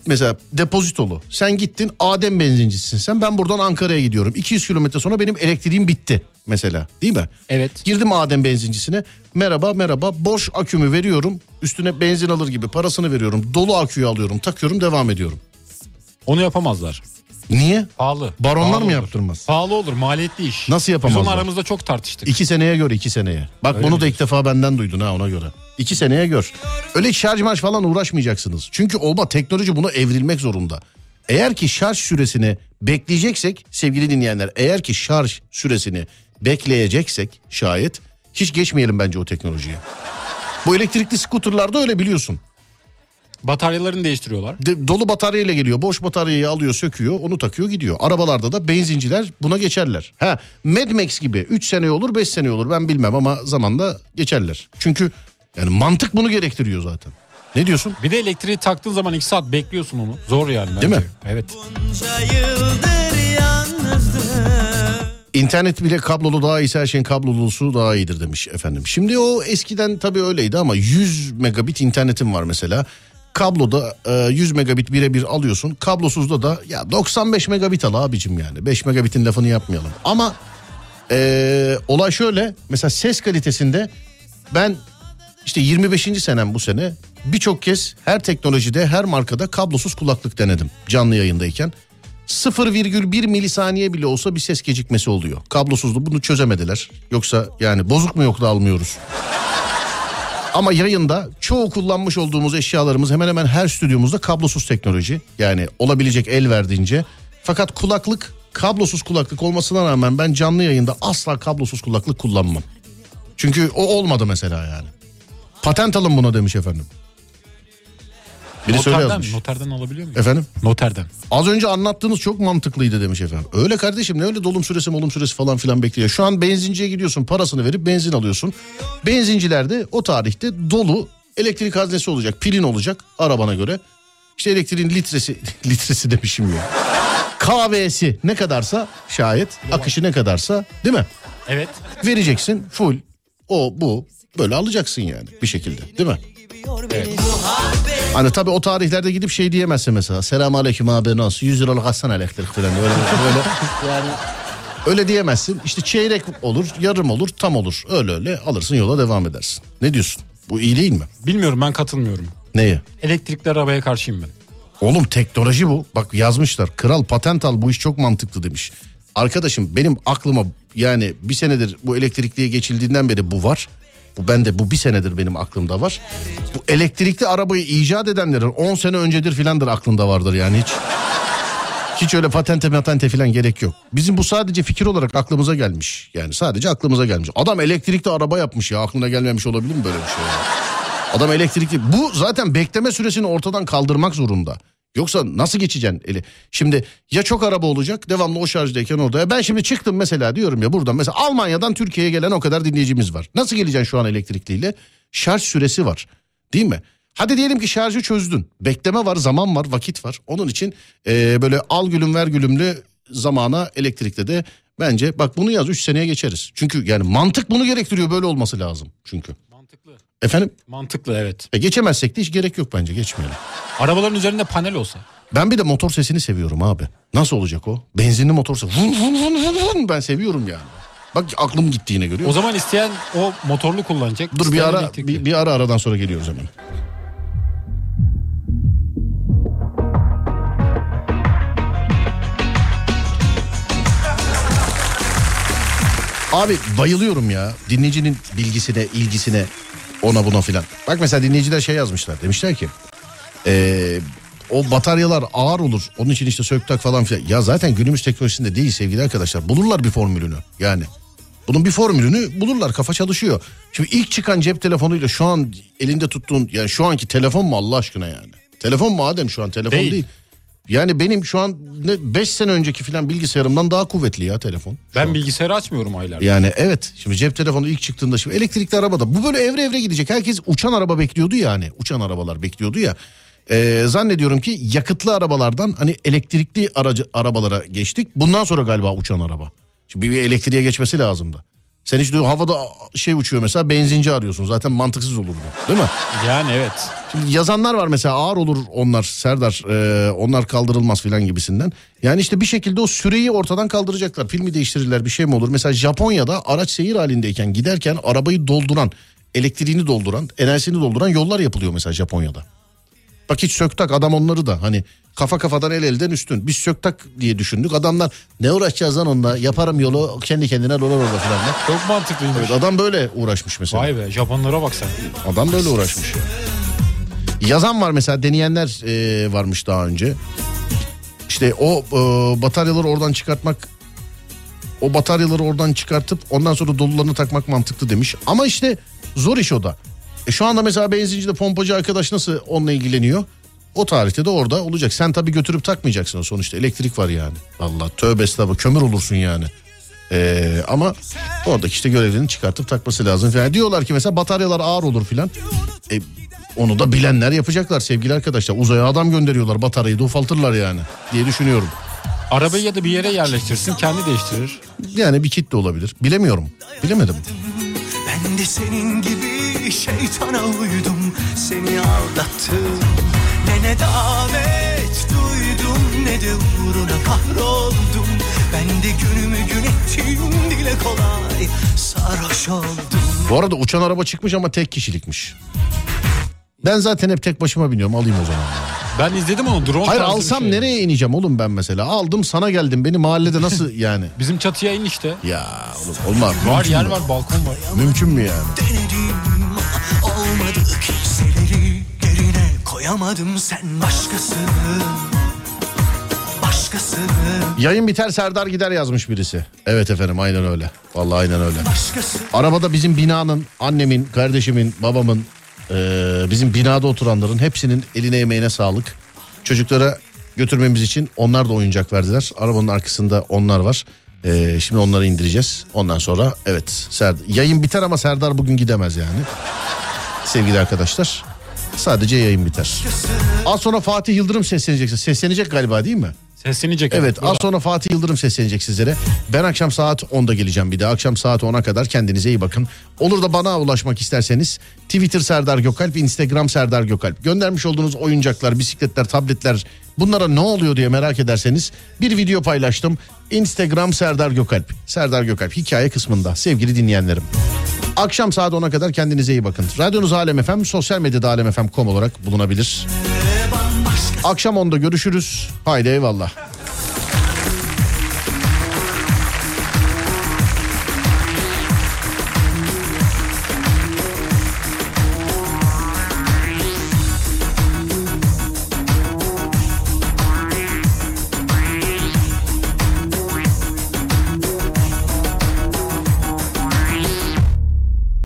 [SPEAKER 2] mesela depozitolu. Sen gittin Adem benzincisin sen ben buradan Ankara'ya gidiyorum. 200 kilometre sonra benim elektriğim bitti mesela değil mi?
[SPEAKER 3] Evet.
[SPEAKER 2] Girdim Adem benzincisine merhaba merhaba boş akümü veriyorum üstüne benzin alır gibi parasını veriyorum. Dolu aküyü alıyorum takıyorum devam ediyorum.
[SPEAKER 3] Onu yapamazlar.
[SPEAKER 2] Niye?
[SPEAKER 3] Pahalı.
[SPEAKER 2] Baronlar
[SPEAKER 3] Pahalı
[SPEAKER 2] mı
[SPEAKER 3] olur.
[SPEAKER 2] yaptırmaz?
[SPEAKER 3] Pahalı olur maliyetli iş.
[SPEAKER 2] Nasıl yapamazlar?
[SPEAKER 3] Biz onu aramızda çok tartıştık.
[SPEAKER 2] İki seneye gör iki seneye. Bak
[SPEAKER 3] Öyle
[SPEAKER 2] bunu
[SPEAKER 3] mi
[SPEAKER 2] da ilk defa benden duydun ha ona göre. İki seneye gör. Öyle şarj marj falan uğraşmayacaksınız. Çünkü olma teknoloji buna evrilmek zorunda. Eğer ki şarj süresini bekleyeceksek sevgili dinleyenler eğer ki şarj süresini bekleyeceksek şayet hiç geçmeyelim bence o teknolojiye. Bu elektrikli skuterlarda öyle biliyorsun.
[SPEAKER 3] Bataryalarını değiştiriyorlar.
[SPEAKER 2] De- dolu bataryayla geliyor. Boş bataryayı alıyor, söküyor, onu takıyor, gidiyor. Arabalarda da benzinciler buna geçerler. Ha, Mad Max gibi 3 sene olur, 5 sene olur ben bilmem ama zamanla geçerler. Çünkü yani mantık bunu gerektiriyor zaten. Ne diyorsun?
[SPEAKER 3] Bir de elektriği taktığın zaman 2 saat bekliyorsun onu. Zor yani bence.
[SPEAKER 2] Değil mi?
[SPEAKER 3] Evet.
[SPEAKER 2] İnternet bile kablolu daha iyiyse her şeyin kablolusu daha iyidir demiş efendim. Şimdi o eskiden tabii öyleydi ama 100 megabit internetim var mesela. Kabloda e, 100 megabit birebir alıyorsun. Kablosuzda da ya 95 megabit al abicim yani. 5 megabitin lafını yapmayalım. Ama e, olay şöyle. Mesela ses kalitesinde ben işte 25. senem bu sene birçok kez her teknolojide her markada kablosuz kulaklık denedim canlı yayındayken. 0,1 milisaniye bile olsa bir ses gecikmesi oluyor. Kablosuzdu bunu çözemediler. Yoksa yani bozuk mu yok da almıyoruz. Ama yayında çoğu kullanmış olduğumuz eşyalarımız hemen hemen her stüdyomuzda kablosuz teknoloji. Yani olabilecek el verdiğince. Fakat kulaklık kablosuz kulaklık olmasına rağmen ben canlı yayında asla kablosuz kulaklık kullanmam. Çünkü o olmadı mesela yani. Patent alın buna demiş efendim. Birisi öyle
[SPEAKER 3] Noterden,
[SPEAKER 2] yazmış.
[SPEAKER 3] noterden alabiliyor muyum?
[SPEAKER 2] Efendim?
[SPEAKER 3] Noterden.
[SPEAKER 2] Az önce anlattığınız çok mantıklıydı demiş efendim. Öyle kardeşim ne öyle dolum süresi molum süresi falan filan bekliyor. Şu an benzinciye gidiyorsun parasını verip benzin alıyorsun. Benzincilerde o tarihte dolu elektrik haznesi olacak pilin olacak arabana göre. İşte elektriğin litresi <laughs> litresi demişim ya. KV'si ne kadarsa şayet akışı ne kadarsa değil mi?
[SPEAKER 3] Evet.
[SPEAKER 2] Vereceksin full o bu böyle alacaksın yani bir şekilde değil mi? Hani tabii o tarihlerde gidip şey diyemezsin mesela. Selam aleyküm abi nasıl? 100 liralık atsan elektrik falan. Öyle, öyle, yani öyle diyemezsin. İşte çeyrek olur, yarım olur, tam olur. Öyle öyle alırsın yola devam edersin. Ne diyorsun? Bu iyi değil mi?
[SPEAKER 3] Bilmiyorum ben katılmıyorum.
[SPEAKER 2] Neye?
[SPEAKER 3] Elektrikli arabaya karşıyım ben.
[SPEAKER 2] Oğlum teknoloji bu. Bak yazmışlar. Kral patent al bu iş çok mantıklı demiş. Arkadaşım benim aklıma yani bir senedir bu elektrikliye geçildiğinden beri bu var. Bu bende bu bir senedir benim aklımda var. Bu elektrikli arabayı icat edenlerin 10 sene öncedir filandır aklında vardır yani hiç. Hiç öyle patente patente filan gerek yok. Bizim bu sadece fikir olarak aklımıza gelmiş. Yani sadece aklımıza gelmiş. Adam elektrikli araba yapmış ya aklına gelmemiş olabilir mi böyle bir şey? ya? Adam elektrikli. Bu zaten bekleme süresini ortadan kaldırmak zorunda. Yoksa nasıl geçeceksin eli? Şimdi ya çok araba olacak devamlı o şarjdayken orada. Ya ben şimdi çıktım mesela diyorum ya buradan mesela Almanya'dan Türkiye'ye gelen o kadar dinleyicimiz var. Nasıl geleceksin şu an elektrikliyle? Şarj süresi var değil mi? Hadi diyelim ki şarjı çözdün. Bekleme var, zaman var, vakit var. Onun için eee, böyle al gülüm ver gülümlü zamana elektrikte de bence bak bunu yaz 3 seneye geçeriz. Çünkü yani mantık bunu gerektiriyor böyle olması lazım çünkü.
[SPEAKER 3] Mantıklı.
[SPEAKER 2] Efendim?
[SPEAKER 3] Mantıklı evet.
[SPEAKER 2] E geçemezsek de hiç gerek yok bence geçmeyelim.
[SPEAKER 3] Arabaların üzerinde panel olsa.
[SPEAKER 2] Ben bir de motor sesini seviyorum abi. Nasıl olacak o? Benzinli motor sesi. Vun vun vun vun vun. ben seviyorum yani. Bak aklım gittiğine görüyor
[SPEAKER 3] O
[SPEAKER 2] musun?
[SPEAKER 3] zaman isteyen o motorlu kullanacak.
[SPEAKER 2] Dur bir
[SPEAKER 3] isteyen
[SPEAKER 2] ara
[SPEAKER 3] elektrikli.
[SPEAKER 2] bir, bir ara aradan sonra geliyoruz hemen. Abi bayılıyorum ya dinleyicinin bilgisine, ilgisine, ona buna filan. Bak mesela dinleyiciler şey yazmışlar. Demişler ki ee, o bataryalar ağır olur. Onun için işte söktak falan filan. Ya zaten günümüz teknolojisinde değil sevgili arkadaşlar. Bulurlar bir formülünü yani. Bunun bir formülünü bulurlar kafa çalışıyor. Şimdi ilk çıkan cep telefonuyla şu an elinde tuttuğun yani şu anki telefon mu Allah aşkına yani? Telefon mu Adem şu an telefon
[SPEAKER 3] Değil.
[SPEAKER 2] değil. Yani benim şu an 5 sene önceki filan bilgisayarımdan daha kuvvetli ya telefon.
[SPEAKER 3] Ben bilgisayarı açmıyorum aylardır.
[SPEAKER 2] Yani evet şimdi cep telefonu ilk çıktığında şimdi elektrikli arabada bu böyle evre evre gidecek. Herkes uçan araba bekliyordu ya hani uçan arabalar bekliyordu ya. Ee, zannediyorum ki yakıtlı arabalardan hani elektrikli aracı arabalara geçtik. Bundan sonra galiba uçan araba. Şimdi bir elektriğe geçmesi lazımdı. Sen hiç diyor havada şey uçuyor mesela benzinci arıyorsun. Zaten mantıksız olur bu değil mi?
[SPEAKER 3] Yani evet.
[SPEAKER 2] Şimdi yazanlar var mesela ağır olur onlar Serdar e, onlar kaldırılmaz filan gibisinden. Yani işte bir şekilde o süreyi ortadan kaldıracaklar. Filmi değiştirirler bir şey mi olur? Mesela Japonya'da araç seyir halindeyken giderken arabayı dolduran, elektriğini dolduran, enerjisini dolduran yollar yapılıyor mesela Japonya'da. Bak hiç söktak adam onları da hani kafa kafadan el elden üstün. Biz söktak diye düşündük. Adamlar ne uğraşacağız lan onunla yaparım yolu kendi kendine dolar orada filan.
[SPEAKER 3] Çok mantıklıymış.
[SPEAKER 2] Evet, adam böyle uğraşmış mesela.
[SPEAKER 3] Vay be Japonlara bak sen.
[SPEAKER 2] Adam böyle uğraşmış. Yazan var mesela deneyenler e, varmış daha önce. İşte o e, bataryaları oradan çıkartmak o bataryaları oradan çıkartıp ondan sonra dolularını takmak mantıklı demiş. Ama işte zor iş o da. E, şu anda mesela benzinci de pompacı arkadaş nasıl onunla ilgileniyor? O tarihte de orada olacak. Sen tabii götürüp takmayacaksın sonuçta. Elektrik var yani. Allah tövbe estağfurullah kömür olursun yani. Ee, ama oradaki işte görevlerini çıkartıp takması lazım falan. Diyorlar ki mesela bataryalar ağır olur filan. E, onu da bilenler yapacaklar sevgili arkadaşlar. Uzaya adam gönderiyorlar bataryayı da ufaltırlar yani diye düşünüyorum.
[SPEAKER 3] Arabayı ya da bir yere yerleştirsin kendi değiştirir.
[SPEAKER 2] Yani bir kitle olabilir. Bilemiyorum. Bilemedim.
[SPEAKER 1] Ben de senin gibi şeytana uydum Seni aldattım Ne nedamet duydum Ne de uğruna kahroldum Ben de günümü gün ettim Dile kolay sarhoş oldum
[SPEAKER 2] Bu arada uçan araba çıkmış ama tek kişilikmiş. Ben zaten hep tek başıma biniyorum alayım o zaman.
[SPEAKER 3] Ben izledim onu drone
[SPEAKER 2] Hayır
[SPEAKER 3] tarzı bir
[SPEAKER 2] alsam
[SPEAKER 3] şey.
[SPEAKER 2] nereye ineceğim oğlum ben mesela? Aldım sana geldim beni mahallede nasıl <laughs> yani?
[SPEAKER 3] Bizim çatıya in işte.
[SPEAKER 2] Ya oğlum olmaz.
[SPEAKER 3] Var
[SPEAKER 2] Mümkün
[SPEAKER 3] yer
[SPEAKER 2] mü?
[SPEAKER 3] var balkon var.
[SPEAKER 2] Mümkün mü yani?
[SPEAKER 1] Denedim olmadı Büyük hisseleri yerine koyamadım sen başkasını Başkasını
[SPEAKER 2] Yayın biter Serdar gider yazmış birisi. Evet efendim aynen öyle. Vallahi aynen öyle.
[SPEAKER 1] Başkasını
[SPEAKER 2] Arabada bizim binanın, annemin, kardeşimin, babamın, eee, bizim binada oturanların hepsinin eline emeğine sağlık. Çocuklara götürmemiz için onlar da oyuncak verdiler. Arabanın arkasında onlar var. Eee, şimdi onları indireceğiz. Ondan sonra evet Serdar. Yayın biter ama Serdar bugün gidemez yani. Sevgili arkadaşlar. Sadece yayın biter. Az sonra Fatih Yıldırım seslenecek. Seslenecek galiba değil mi?
[SPEAKER 3] Seslenecek.
[SPEAKER 2] Evet
[SPEAKER 3] Burada.
[SPEAKER 2] az sonra Fatih Yıldırım seslenecek sizlere. Ben akşam saat 10'da geleceğim bir de. Akşam saat 10'a kadar kendinize iyi bakın. Olur da bana ulaşmak isterseniz Twitter Serdar Gökalp, Instagram Serdar Gökalp. Göndermiş olduğunuz oyuncaklar, bisikletler, tabletler bunlara ne oluyor diye merak ederseniz bir video paylaştım. Instagram Serdar Gökalp. Serdar Gökalp hikaye kısmında sevgili dinleyenlerim. Akşam saat 10'a kadar kendinize iyi bakın. Radyonuz Alem FM, sosyal medyada alemfm.com olarak bulunabilir. Akşam 10'da görüşürüz. Haydi eyvallah.